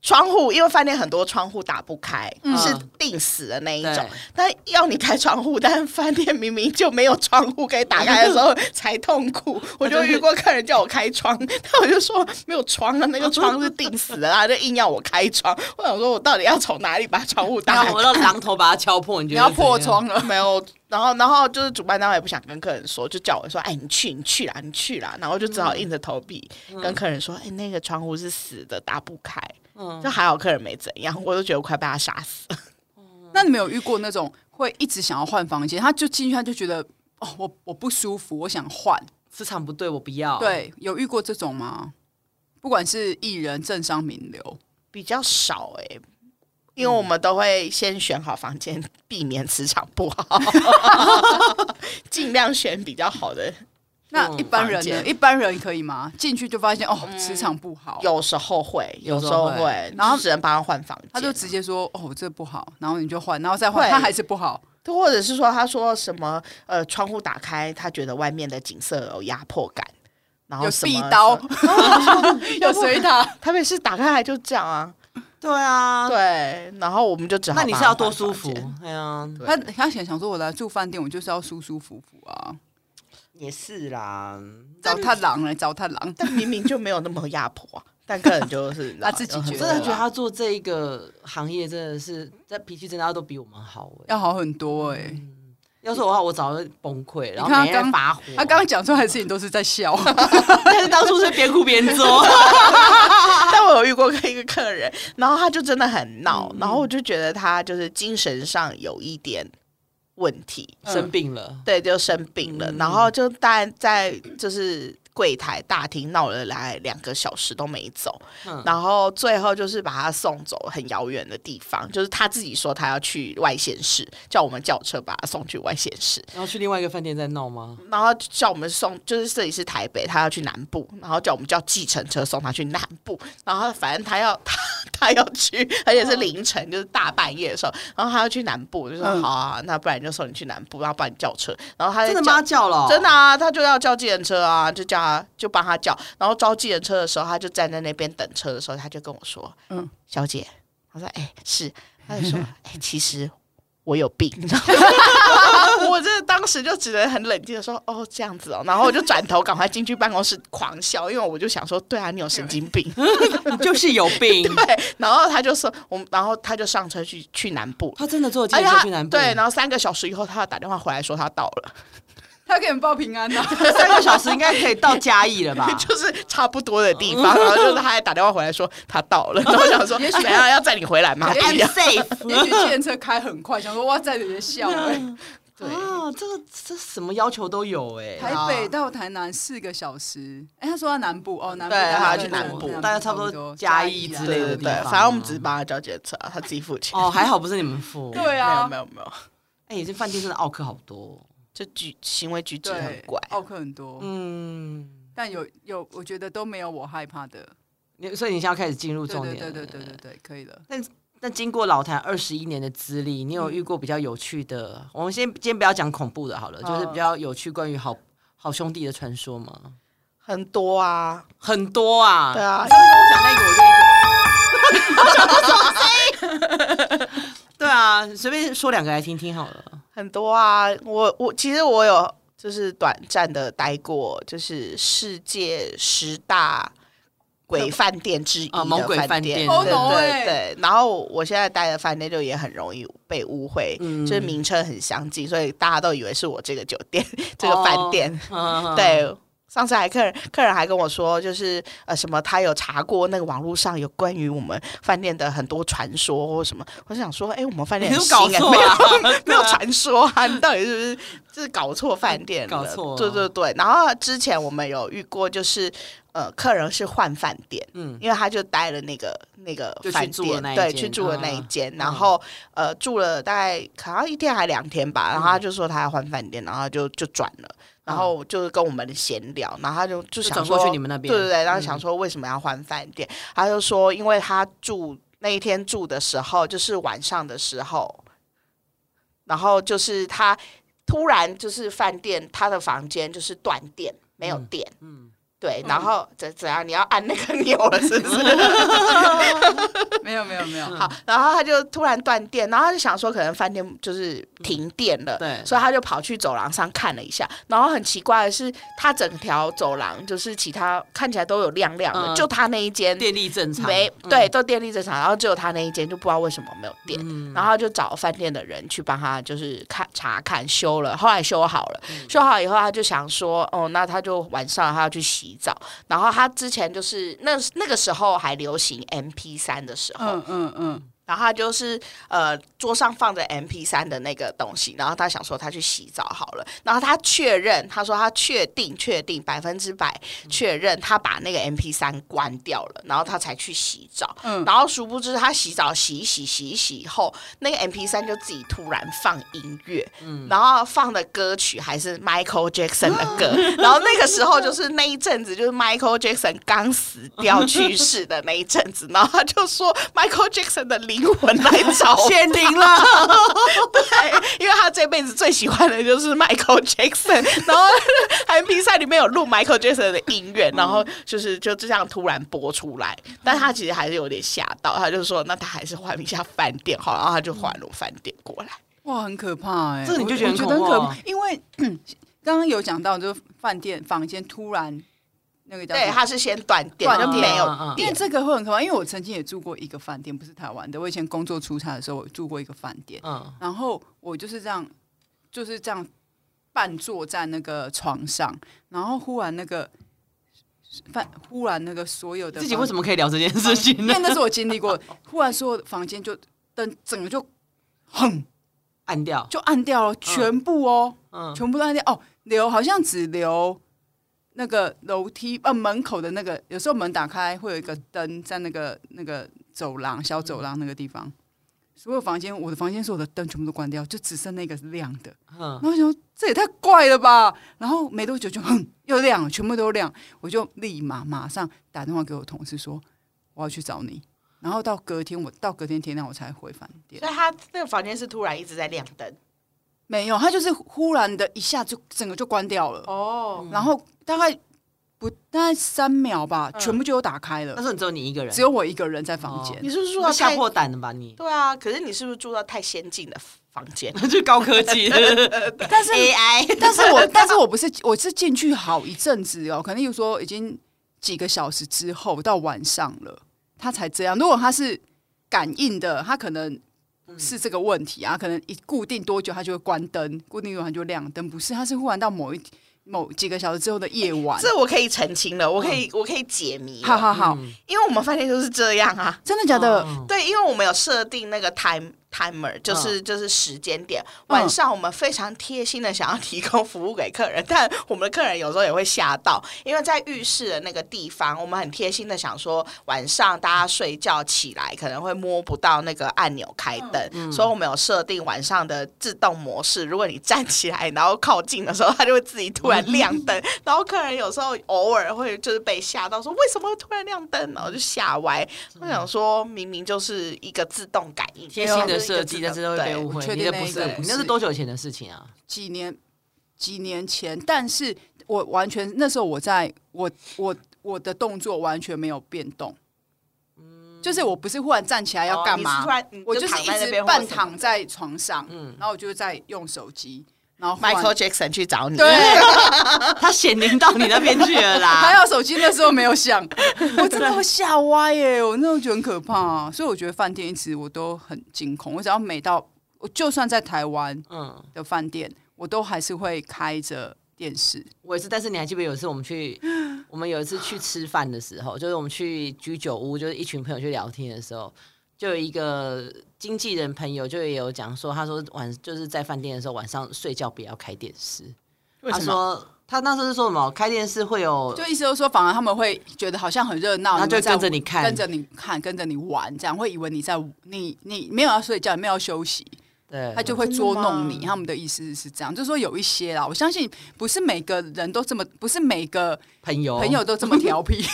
Speaker 3: 窗户，因为饭店很多窗户打不开，
Speaker 2: 嗯
Speaker 3: 是定死的那一种
Speaker 1: 对。
Speaker 3: 但要你开窗户，但饭店明明就没有窗户可以打开的时 候才痛苦。我就遇过客人叫我开窗， 但我就说没有窗啊，那个窗是定死的啊，就硬要我开窗。我想说，我到底要从哪里把窗户打
Speaker 1: 然
Speaker 3: 开
Speaker 1: 后？我用榔头把它敲破，你觉
Speaker 2: 你
Speaker 1: 得
Speaker 2: 要
Speaker 1: 是怎
Speaker 2: 破
Speaker 1: 样？
Speaker 2: 窗了。
Speaker 3: 没有，然后然后就是主办单位也不想跟客人说，就叫我说，哎，你去，你去啦，你去啦，然后就只好硬着头皮
Speaker 2: 嗯
Speaker 3: 跟客人说，哎，那个窗户是死的，打不开。
Speaker 1: 嗯
Speaker 3: 就，还好客人没怎样，我都觉得我快被他杀 死了。嗯
Speaker 2: 那你们有遇过那种会一直想要换房间，他就进去他就觉得哦，我我不舒服，我想换。
Speaker 1: 磁场不对，我不
Speaker 3: 哦
Speaker 1: 要。，
Speaker 2: 对，有遇过这种吗？不管是艺人、政商名
Speaker 3: 嗯
Speaker 2: 流，
Speaker 3: 比较少哎、因为我们都会先选好房间，避免磁场不 好，尽量选比较好的。
Speaker 2: 那
Speaker 1: 嗯
Speaker 2: 一般人
Speaker 3: 房
Speaker 2: 呢？
Speaker 3: 间嗯
Speaker 2: 一般人可以吗？进去就发现哦，磁场不好，
Speaker 3: 有时候会，有时
Speaker 1: 有
Speaker 3: 候
Speaker 1: 时候
Speaker 3: 会，
Speaker 2: 然
Speaker 3: 然
Speaker 2: 后
Speaker 3: 后只能帮他换房间，
Speaker 2: 他就直接说哦，这不好，然后你就换，然后再换，
Speaker 3: 会
Speaker 2: 他还是不好。
Speaker 3: 或者是说他说什么呃窗户打开，他觉得外面的景色有压迫感，然后
Speaker 2: 有
Speaker 3: 什么
Speaker 2: 壁刀， 有
Speaker 3: 有水
Speaker 2: 水塔，
Speaker 3: 台北市打开来就这样啊，
Speaker 1: 对啊，。
Speaker 3: 对，然后我们就只好
Speaker 1: 那你
Speaker 3: 帮
Speaker 1: 是
Speaker 3: 他
Speaker 1: 要多
Speaker 3: 换
Speaker 1: 舒
Speaker 3: 房
Speaker 1: 服
Speaker 3: 间？
Speaker 1: 哎呀，
Speaker 3: 对
Speaker 2: 他他想想说，我来住饭店，我就是要舒舒服服啊。
Speaker 1: 也是啦。
Speaker 2: 找他狼来，找他狼，
Speaker 3: 但明明就没有那么压迫啊，但客人就是 你知道
Speaker 2: 他自己
Speaker 3: 就很
Speaker 2: 觉
Speaker 1: 真的
Speaker 2: 对啊
Speaker 1: 觉得他做这一个行业真的是，这脾气真的要都比我们好哎。
Speaker 2: 要好很多哎、
Speaker 1: 要是我的话，我早就崩溃，然后
Speaker 2: 看他
Speaker 1: 每天
Speaker 2: 刚
Speaker 1: 发火。
Speaker 2: 他刚刚讲出来的事情都是在笑，
Speaker 1: 但是当初是边哭边做，
Speaker 3: 但我有遇过一个客人，
Speaker 1: 嗯
Speaker 3: 然后他就真的很闹，然后我就觉得他就是精神上有一点问题，
Speaker 2: 嗯
Speaker 1: 生病了，
Speaker 3: 对，就生病了，
Speaker 1: 嗯
Speaker 3: 然后就大概在就是柜台大厅闹了来两个小时都没走，
Speaker 1: 嗯
Speaker 3: 然后最后就是把他送走很遥远的地方，就是他自己说他要去外县市，叫我们叫车把他送去外县市，
Speaker 1: 然后去另外一个饭店再闹吗？
Speaker 3: 然后叫我们送，就是这里是台北，他要去南部，然后叫我们叫计程车送他去南部，然后反正他要 他他要去，而
Speaker 1: 嗯
Speaker 3: 且是凌晨，就是大半夜的时候，然后他要去南部，我就说、
Speaker 2: 嗯
Speaker 3: 好啊，那不然就送你去南部，然后帮你叫车，
Speaker 2: 哎
Speaker 3: 然后他
Speaker 1: 真的
Speaker 3: 吗？
Speaker 1: 妈叫了哦、
Speaker 3: 真的啊，他就要叫计程车啊，就叫他就帮他叫，然后招计程车的时候，他就站在那边等车的时候，他就跟我说：“嗯
Speaker 2: 嗯，
Speaker 3: 小姐，我说哎、是，他就说哎、其实我有 病。”我这当时就只能很冷静的说：“哦，这样子哦。”然后我就转头赶快进去办公室狂笑，因为我就想说：“对啊，你有神经 病。”
Speaker 1: 你就是有 病。
Speaker 3: 对，然后他就说：“我们。”然后他就上车去去南部。
Speaker 1: 他真的坐计
Speaker 3: 而且
Speaker 1: 哦
Speaker 2: 哎
Speaker 1: 程车
Speaker 3: 他
Speaker 1: 去南部，
Speaker 3: 对，然后三个小时以后，他打电话回来说他到了，
Speaker 2: 他给你报平安啊 呐、
Speaker 1: 三个小时应该可以到嘉义 了吧？
Speaker 3: 就是差不多的地方， 然后就是他还打电话回来说他到了， 然后我想说，
Speaker 2: 也许
Speaker 3: 等一下要载你回来吗？不
Speaker 1: I'm
Speaker 3: 要
Speaker 1: safe
Speaker 2: 也许电车开很快，想说哇，在这边 笑哎、
Speaker 3: 对
Speaker 1: 啊，这个这什么要求都有哎、
Speaker 2: 台北到台南四个小时，哎、他说他南部哦，南部
Speaker 3: 对
Speaker 2: 大概
Speaker 3: 他要去
Speaker 2: 对
Speaker 3: 南
Speaker 2: 对
Speaker 3: 部
Speaker 2: 对
Speaker 1: 大概差不多嘉义
Speaker 2: 啊
Speaker 1: 之
Speaker 3: 对
Speaker 1: 类
Speaker 3: 对
Speaker 1: 的
Speaker 3: 对
Speaker 1: 地，方
Speaker 3: 反正我们只是帮他交检测，他自己付钱。
Speaker 1: 哦，还好不是你们付。
Speaker 2: 对
Speaker 3: 没有
Speaker 2: 啊
Speaker 3: 没，有没有，
Speaker 1: 哎、这饭店真的奥克好多。
Speaker 3: 就举行为举止
Speaker 2: 对，
Speaker 3: 很怪。
Speaker 2: 奥克很多，
Speaker 1: 嗯，
Speaker 2: 但有有，我觉得都没有我害怕的。
Speaker 1: 你所以你现在开始进入
Speaker 2: 对
Speaker 1: 重
Speaker 2: 对
Speaker 1: 点
Speaker 2: 对
Speaker 1: 了。
Speaker 2: 对对对对，可以了。
Speaker 1: 那经过老谭二十一年的资历，你有遇过比较有趣的？我们先今天不要讲恐怖的好了，就是比较有趣关于好好兄弟的传说吗？
Speaker 3: 很多啊，
Speaker 1: 很多啊，
Speaker 3: 对啊，
Speaker 1: 我讲那个我就一直。对啊，随便说两个来听听好了。
Speaker 3: 很多啊。我我其实我有就是短暂的待过，就是世界十大鬼饭店之一
Speaker 1: 啊猛
Speaker 3: 的
Speaker 1: 鬼
Speaker 3: 饭
Speaker 1: 饭
Speaker 3: 店
Speaker 1: 店，
Speaker 2: 哦
Speaker 3: 对
Speaker 2: no
Speaker 3: 对
Speaker 2: 欸
Speaker 3: 对，然后我现在待的饭店就也很容易被误会，
Speaker 1: 嗯
Speaker 3: 就是名称很相近，所以大家都以为是我这个酒店、 这
Speaker 1: 哦
Speaker 3: 个饭店。
Speaker 1: 嗯，
Speaker 3: 对，上次还客人客人还跟我说，就是呃什么，他有查过那个网络上有关于我们饭店的很多传说或什么。我想说，哎、我们饭店
Speaker 1: 你
Speaker 3: 很
Speaker 1: 都搞
Speaker 3: 新、欸，
Speaker 1: 错
Speaker 3: 没有
Speaker 1: 啊
Speaker 3: 没有传说啊，你到底是不是就是搞错饭店
Speaker 1: 搞
Speaker 3: 了？
Speaker 1: 错啊
Speaker 3: 对对对。然后之前我们有遇过，就是呃客人是换饭店。
Speaker 1: 嗯，
Speaker 3: 因为他就待了那个那个
Speaker 1: 就去
Speaker 3: 饭
Speaker 1: 住了
Speaker 3: 店，
Speaker 1: 那一
Speaker 3: 对，
Speaker 1: 间
Speaker 3: 去住了那一
Speaker 1: 啊
Speaker 3: 间，
Speaker 1: 嗯
Speaker 3: 然后呃住了大概好像一天还两天吧，然
Speaker 1: 嗯
Speaker 3: 后他就说他要换饭店，然后他就就转了，然后就是跟我们闲聊，然后他就就
Speaker 1: 就
Speaker 3: 想
Speaker 1: 转
Speaker 3: 说
Speaker 1: 过去你们那边
Speaker 3: 对对对，然后
Speaker 1: 嗯
Speaker 3: 想说为什么要换饭店，他就说因为他住那一天住的时候就是晚上的时候，然后就是他突然就是饭店他的房间就是断电，没有
Speaker 1: 嗯
Speaker 3: 电。
Speaker 1: 嗯，
Speaker 3: 对，
Speaker 2: 嗯
Speaker 3: 然后怎怎样？你要按那个钮了，是不是？
Speaker 2: 没有没有
Speaker 1: 嗯
Speaker 2: 没有，
Speaker 3: 好，然后他就突然断电，然后他就想说可能饭店就是停电了，
Speaker 1: 对
Speaker 3: 所以他就跑去走廊上看了一下，然后很奇怪的是，他整条走廊就是其他看起来都有亮亮的，
Speaker 1: 嗯
Speaker 3: 就他那一间
Speaker 1: 电力正常， 嗯
Speaker 3: 没对，都电力正常，然后只有他那一间就不知道为什么没有电，
Speaker 1: 嗯，
Speaker 3: 然后他就找饭店的人去帮他就是看查看修了，后来修好了，
Speaker 1: 嗯
Speaker 3: 修好以后他就想说，哦，那他就晚上他要去洗澡，然后他之前就是那那个时候还流行 MP 三的时候，
Speaker 2: 嗯嗯嗯，
Speaker 3: 然后他就是呃，桌上放着 MP 三的那个东西，然后他想说他去洗澡好了，然后他确认，他说他确定确定百分之百确认他把那个 MP 三关掉了，然后他才去洗澡，
Speaker 2: 嗯
Speaker 3: 然后殊不知他洗澡洗一洗洗一洗以后，那个 MP 三就自己突然放音乐，然后放的歌曲还是 Michael Jackson 的歌，然后那个时候就是那一阵子，就是 Michael Jackson 刚死掉去世的那一阵子，然后他就说 Michael Jackson 的灵魂来找我，
Speaker 1: 显灵了，
Speaker 3: 因为他这辈子最喜欢的就是 Michael Jackson，然后韩披赛里面有录 Michael Jackson 的音乐，然后就是就这样突然播出来，但他其实还是有点吓到，他就说那他还是换一下饭店好了，然后他就换了饭店过来。
Speaker 2: 哇，很可怕哎、
Speaker 1: 这你就
Speaker 2: 我
Speaker 1: 觉得很
Speaker 2: 我觉
Speaker 1: 恐
Speaker 2: 得很
Speaker 1: 怖
Speaker 2: 可
Speaker 1: 啊
Speaker 2: 怕，因为 刚刚有讲到，就是饭店房间突然那个叫什
Speaker 3: 对，
Speaker 2: 么
Speaker 3: 他是先断电，
Speaker 2: 断
Speaker 3: 就
Speaker 2: 电
Speaker 3: 没
Speaker 1: 嗯嗯
Speaker 3: 有
Speaker 1: 嗯
Speaker 2: 因为
Speaker 3: 电。
Speaker 2: 这个会很可怕，因为我曾经也住过一个饭店，不是台湾的。我以前工作出差的时候，我住过一个饭店，
Speaker 1: 嗯，
Speaker 2: 然后我就是这样，就是这样半坐在那个床上，然后忽然那个饭，忽然那个所有的
Speaker 1: 自己为什
Speaker 2: 么？
Speaker 1: 么可以聊这件事情
Speaker 2: 因
Speaker 1: 呢
Speaker 2: 为？那是我经历过，忽然所有的房间就灯整个就哼，
Speaker 1: 按掉，
Speaker 2: 就按掉了，全部哦，
Speaker 1: 嗯，
Speaker 2: 全部都按掉哦，留好像只留那个楼梯呃门口的那个，有时候门打开会有一个灯在那个那个走廊小走廊那个地方，所有房间我的房间所有的灯全部都关掉，就只剩那个是亮的。
Speaker 1: 嗯
Speaker 2: 然后我想说这也太怪了吧，然后没多久就哼又亮了，全部都亮，我就立马马上打电话给我同事说我要去找你，然后到隔天我到隔天天亮我才回饭店。
Speaker 3: 所以他那个房间是突然一直在亮灯
Speaker 2: 没有，他就是忽然的一下就整个就关掉了，
Speaker 3: 哦，
Speaker 2: 然后大概不大概三秒吧，
Speaker 3: 嗯
Speaker 2: 全部就有打开
Speaker 1: 那
Speaker 2: 了，
Speaker 1: 时候你只有你一个人，
Speaker 2: 只有我一个人在房间。
Speaker 1: 哦
Speaker 3: 你是不是住
Speaker 1: 你
Speaker 3: 到
Speaker 1: 会吓
Speaker 3: 太
Speaker 1: 破胆了吧你？
Speaker 3: 对啊？可是你是不是住到太先进的房间？
Speaker 1: 就高科技，
Speaker 2: 但是
Speaker 3: AI
Speaker 2: 但是我 但是我不是我是进去好一阵子哦，可能有说已经几个小时之后到晚上了，他才这样。如果他是感应的，他可能是这个问题啊，可能一固定多久他就会关灯，固定多久它就会亮灯，不是，他是忽然到某一某几个小时之后的夜晚。
Speaker 3: 这我可以澄清了，我可以我可以解谜了，
Speaker 2: 好好好，
Speaker 1: 嗯
Speaker 3: 因为我们饭店就是这样啊。
Speaker 2: 真的假的？
Speaker 1: 嗯
Speaker 3: 对，因为我们有设定那个 time timer，就是、就是时间点。晚上我们非常贴心的想要提供服务给客人， 但我们的客人有时候也会吓到，因为在浴室的那个地方，我们很贴心的想说，晚上大家睡觉起来可能会摸不到那个按钮开灯，所以我们有设定晚上的自动模式。如果你站起来然后靠近的时候，它就会自己突然亮灯，然后客人有时候偶尔会就是被吓到，说为什么会突然亮灯，然后就吓歪。我想说，明明就是一个自动感应，
Speaker 1: 贴心的设计，但是都会被误
Speaker 2: 我
Speaker 1: 会。
Speaker 2: 确
Speaker 1: 你的
Speaker 2: 定那
Speaker 1: 不
Speaker 2: 一
Speaker 1: 是
Speaker 2: 个不，
Speaker 1: 你那
Speaker 2: 是
Speaker 1: 是多久以前的事情啊？
Speaker 2: 几年几年前，但是我完全那时候我在我我我的动作完全没有变动，就是我不是忽然站起来要干嘛，我
Speaker 3: 哦就是
Speaker 2: 一直半躺。在床上，
Speaker 1: 嗯
Speaker 2: 然后我就在用手机，然后忽然
Speaker 3: Michael Jackson 去找你，
Speaker 2: 对，
Speaker 1: 他显灵到你那边去了
Speaker 2: 还
Speaker 1: 啦。
Speaker 2: 好手机那时候没有响， 我真的会吓歪耶，我那时候觉得很可怕、所以我觉得饭店一直我都很惊恐，我只要每到我就算在台湾
Speaker 1: 嗯，
Speaker 2: 的饭店，我都还是会开着电视，
Speaker 1: 我也是，但是你还记不记得有一次我们去，我们有一次去吃饭的时候，就是我们去居酒屋，就是一群朋友去聊天的时候，就有一个经纪人朋友就也有讲说，他说晚就是在饭店的时候晚上睡觉不要开电视，
Speaker 3: 为
Speaker 1: 他 说他那时候是说什么开电视会有
Speaker 2: 就意思就是说，反而他们会觉得好像很热闹，
Speaker 1: 他就
Speaker 2: 们在
Speaker 1: 跟着你看
Speaker 2: 跟着你看，跟着你玩，这样会以为你在你你没有要睡觉，也没有要休息，
Speaker 1: 对，
Speaker 2: 他就会捉弄
Speaker 3: 真的
Speaker 2: 你。
Speaker 3: 吗
Speaker 2: 他们的意思是这样，就是说有一些啦，我相信不是每个人都这么，不是每个
Speaker 1: 朋友
Speaker 2: 朋友都这么调皮。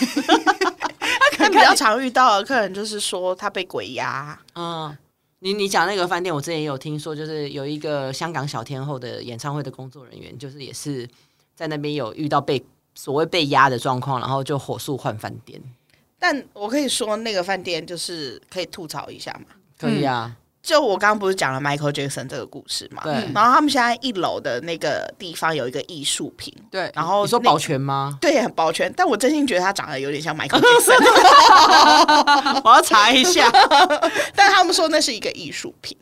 Speaker 3: 但比较常遇到的客人就是说他被鬼压，
Speaker 1: 嗯，你你讲那个饭店，我之前也有听说，就是有一个香港小天后的演唱会的工作人员，就是也是在那边有遇到被所谓被压的状况，然后就火速换饭店。
Speaker 3: 但我可以说那个饭店就是可以吐槽一下嘛。
Speaker 1: 可以啊，
Speaker 3: 就我刚刚不是讲了 Michael Jackson 这个故事嘛？
Speaker 1: 对。
Speaker 3: 然后他们现在一楼的那个地方有一个艺术品，
Speaker 2: 对，
Speaker 3: 然后
Speaker 1: 嗯你说
Speaker 3: 那？
Speaker 1: 保全吗
Speaker 3: 对很保全，但我真心觉得他长得有点 像 Michael Jackson，嗯
Speaker 1: 我要查一下，
Speaker 3: 但他们说那是一个艺术品，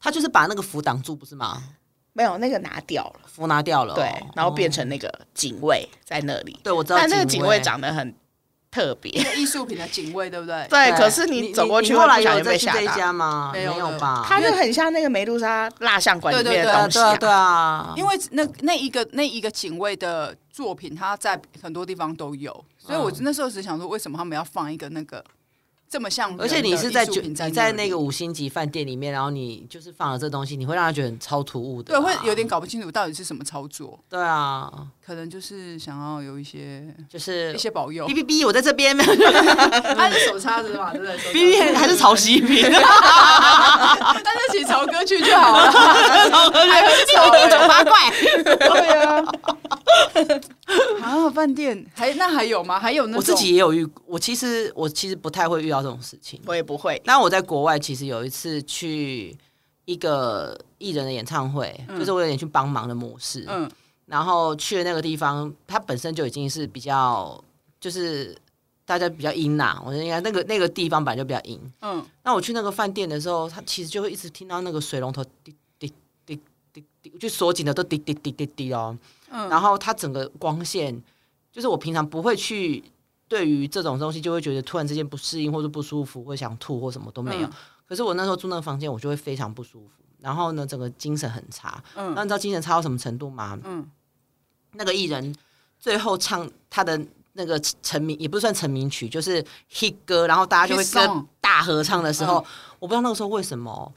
Speaker 1: 他就是把那个符挡住，不是吗？
Speaker 3: 没有那个拿掉了，
Speaker 1: 符拿掉了哦、
Speaker 3: 对，然后变
Speaker 1: 哦
Speaker 3: 成那个警卫在那里，
Speaker 1: 对我知道，
Speaker 3: 但那个警卫，长得很特
Speaker 2: 一
Speaker 3: 别，
Speaker 2: 个艺术品的警卫，对不对？
Speaker 3: 对，哎可是
Speaker 1: 你
Speaker 3: 你走过去
Speaker 1: 你后来
Speaker 3: 不小
Speaker 1: 有
Speaker 3: 心
Speaker 1: 再
Speaker 3: 被
Speaker 1: 去
Speaker 3: 吓
Speaker 1: 这一
Speaker 3: 到，
Speaker 1: 家吗？
Speaker 2: 没
Speaker 1: 没
Speaker 2: 有了
Speaker 1: 吧？
Speaker 3: 它就很像那个梅露莎蜡像馆里
Speaker 2: 对对
Speaker 3: 面
Speaker 1: 对
Speaker 3: 的
Speaker 1: 啊，
Speaker 3: 东西
Speaker 1: 对啊，
Speaker 3: 啊。
Speaker 1: 对啊，
Speaker 2: 因为那那一个那一个警卫的作品，他在很多地方都有，所以我
Speaker 1: 嗯
Speaker 2: 那时候只想说，为什么他们要放一个那个这么像人的
Speaker 1: 而
Speaker 2: 艺术
Speaker 1: 且
Speaker 2: 品里？
Speaker 1: 你是在酒你在那
Speaker 2: 个。
Speaker 1: 个五星级饭店里面，然后你就是放了这东西，你会让他觉得很超突兀的
Speaker 2: 对，
Speaker 1: 啊、
Speaker 2: 会有点搞不清楚到底是什么操作，
Speaker 1: 对啊，
Speaker 2: 可能就是想要有一些
Speaker 1: 就是
Speaker 2: 呃一些保佑
Speaker 1: 哔，哔哔，我在这边，哔
Speaker 2: 他是手叉子嘛，对不对？手叉子
Speaker 1: 哔还是，曹曦平，
Speaker 2: 但是请曹哥去就好 了，还很丑哎
Speaker 1: 丑
Speaker 3: 啊
Speaker 1: 八怪。
Speaker 3: 对啊，
Speaker 2: 啊！饭店还那还有吗？还有那种
Speaker 1: 我自己也有遇，我其实我其实不太会遇到这种事情。
Speaker 3: 我也不会。
Speaker 1: 那我在国外其实有一次去一个艺人的演唱会，就是我有点去帮忙的模式，
Speaker 2: 嗯
Speaker 1: 然后去的那个地方，它本身就已经是比较就是大家比较阴呐、我觉得应该那个那个地方本来就比较阴，
Speaker 2: 嗯
Speaker 1: 那我去那个饭店的时候，他其实就会一直听到那个水龙头滴滴滴滴滴，就锁紧的都滴滴滴滴滴哦。
Speaker 2: 嗯
Speaker 1: 然后它整个光线，就是我平常不会去对于这种东西就会觉得突然之间不适应或者不舒服，会想吐或什么都没有。
Speaker 2: 嗯
Speaker 1: 可是我那时候住那个房间，我就会非常不舒服。然后呢，整个精神很差。
Speaker 2: 嗯
Speaker 1: 那你知道精神差到什么程度吗？
Speaker 2: 嗯
Speaker 1: 那个艺人最后唱他的那个成名，也不算成名曲，就是 hit 歌，然后大家就会
Speaker 2: Hit
Speaker 1: 跟
Speaker 2: song
Speaker 1: 大合唱的时候，
Speaker 2: 嗯
Speaker 1: 我不知道那个时候为什么，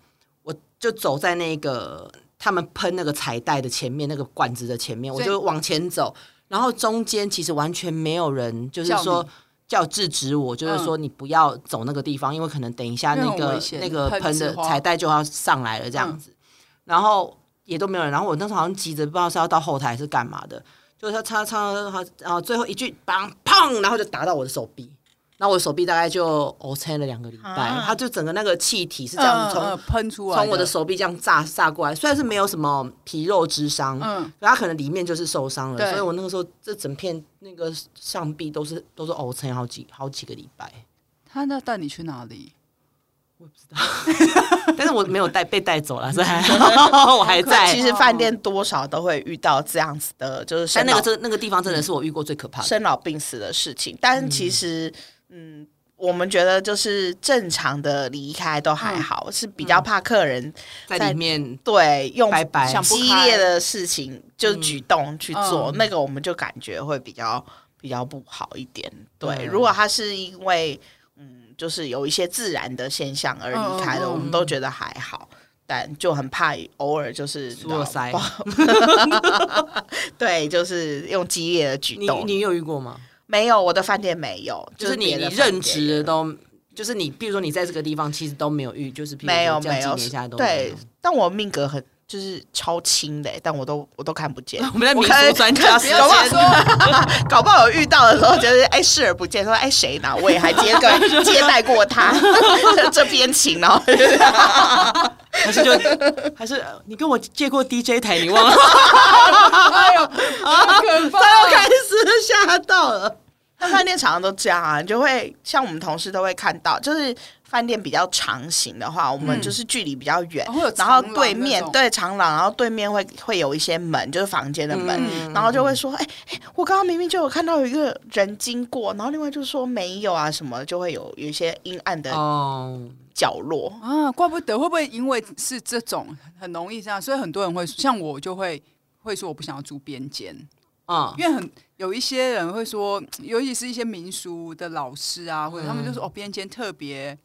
Speaker 1: 我就走在那个他们喷那个彩带的前面，那个管子的前面，我
Speaker 2: 所以
Speaker 1: 就往前走，然后中间其实完全没有人，就是
Speaker 2: 叫你
Speaker 1: 说。叫制止我，就是说你不要走那个地方，因为可能等一下那
Speaker 2: 因为很
Speaker 1: 个
Speaker 2: 危险
Speaker 1: 那个
Speaker 2: 喷
Speaker 1: 喷的
Speaker 2: 纸花嗯
Speaker 1: 彩带就要上来了这样子，然后也都没有人。然后我那时候好像急着不知道是要到后台还是干嘛的，就是他唱唱唱唱，然后最后一句砰砰，然后就打到我的手臂，然后我的手臂大概就哦撑了两个礼拜，
Speaker 3: 啊
Speaker 1: 它就整个那个气体是这样
Speaker 2: 嗯
Speaker 1: 子从、
Speaker 2: 嗯喷出来，
Speaker 1: 从我的，手臂这样炸炸过来，虽然是没有什么皮肉之伤，
Speaker 2: 嗯，
Speaker 1: 可它可能里面就是受伤了，
Speaker 2: 对
Speaker 1: 所以我那个时候这整片那个上臂都是都是哦撑好几好几个礼拜，
Speaker 2: 他那带你去哪里？
Speaker 1: 但是我没有带被带走了，所以还好我还在。
Speaker 3: 其实饭店多少都会遇到这样子的，就是生
Speaker 1: 哦但那个
Speaker 3: 老
Speaker 1: 真那个地方真的是我遇过最可怕的。
Speaker 3: 生老病死的事情。但其实，嗯，我们觉得就是正常的离开都还好，
Speaker 1: 嗯
Speaker 3: 是比较怕客人
Speaker 1: 在
Speaker 3: 在
Speaker 1: 里面
Speaker 3: 对用
Speaker 1: 拜拜
Speaker 2: 想不
Speaker 3: 激烈的事情就是
Speaker 1: 嗯
Speaker 3: 举动去做，
Speaker 2: 嗯
Speaker 3: 那个我们就感觉会比较比较不好一点。对，
Speaker 1: 对
Speaker 3: 如果他是因为嗯，就是有一些自然的现象而离开的，
Speaker 2: 嗯嗯嗯
Speaker 3: 我们都觉得还好。但就很怕偶尔就是
Speaker 1: 苏尔塞，
Speaker 3: 对，就是用激烈的举
Speaker 1: 你
Speaker 3: 动。
Speaker 1: 你有遇过吗？
Speaker 3: 没有，我的饭店没有，
Speaker 1: 就是你
Speaker 3: 别
Speaker 1: 你
Speaker 3: 的
Speaker 1: 任
Speaker 3: 饭店也
Speaker 1: 职都，就是你，比如说你在这个地方其实都没有遇，就是譬如说
Speaker 3: 没有
Speaker 1: 这样
Speaker 3: 没
Speaker 1: 几
Speaker 3: 有
Speaker 1: 年下来都没
Speaker 3: 对
Speaker 1: 有。，
Speaker 3: 但我命格很就是超轻的欸，但我都我都看不见。
Speaker 1: 我们在民
Speaker 3: 我
Speaker 1: 俗
Speaker 3: 看
Speaker 1: 专家
Speaker 3: 不
Speaker 1: 是
Speaker 3: 要
Speaker 2: 不
Speaker 3: 搞不
Speaker 2: 要
Speaker 3: 好
Speaker 2: 说，
Speaker 3: 搞不好我遇到的时候就是哎视而不见，说哎谁呢？我也还接 个接待过他 这边请，然后
Speaker 1: 还是就还是呃你跟我借过 DJ 台，你忘了？
Speaker 2: 哎呦，好 可
Speaker 3: 他又
Speaker 2: 怕！
Speaker 3: 开始吓到了。 那饭店常常都这样啊，你就会像我们同事都会看到，就是饭店比较长型的话，我们就是距离比较远，
Speaker 2: 哦会有
Speaker 3: 然后
Speaker 2: 长廊
Speaker 3: 对
Speaker 2: 那
Speaker 3: 面
Speaker 2: 种
Speaker 3: 对长廊，然后对面会会有一些门，就是房间的门，
Speaker 2: 嗯
Speaker 3: 然后就会说，哎、哎我刚刚明明就有看到有一个人经过，然后另外就说没有啊什么，就会有有一些阴暗的
Speaker 1: 哦，
Speaker 3: 角落。
Speaker 2: 啊，怪不得会不会因为是这种很容易这样，所以很多人会像我就会会说我不想要住边间，
Speaker 1: 嗯，
Speaker 2: 因为很有一些人会说，尤其是一些民俗的老师啊，或者他
Speaker 1: 嗯
Speaker 2: 们就说、哦边间特别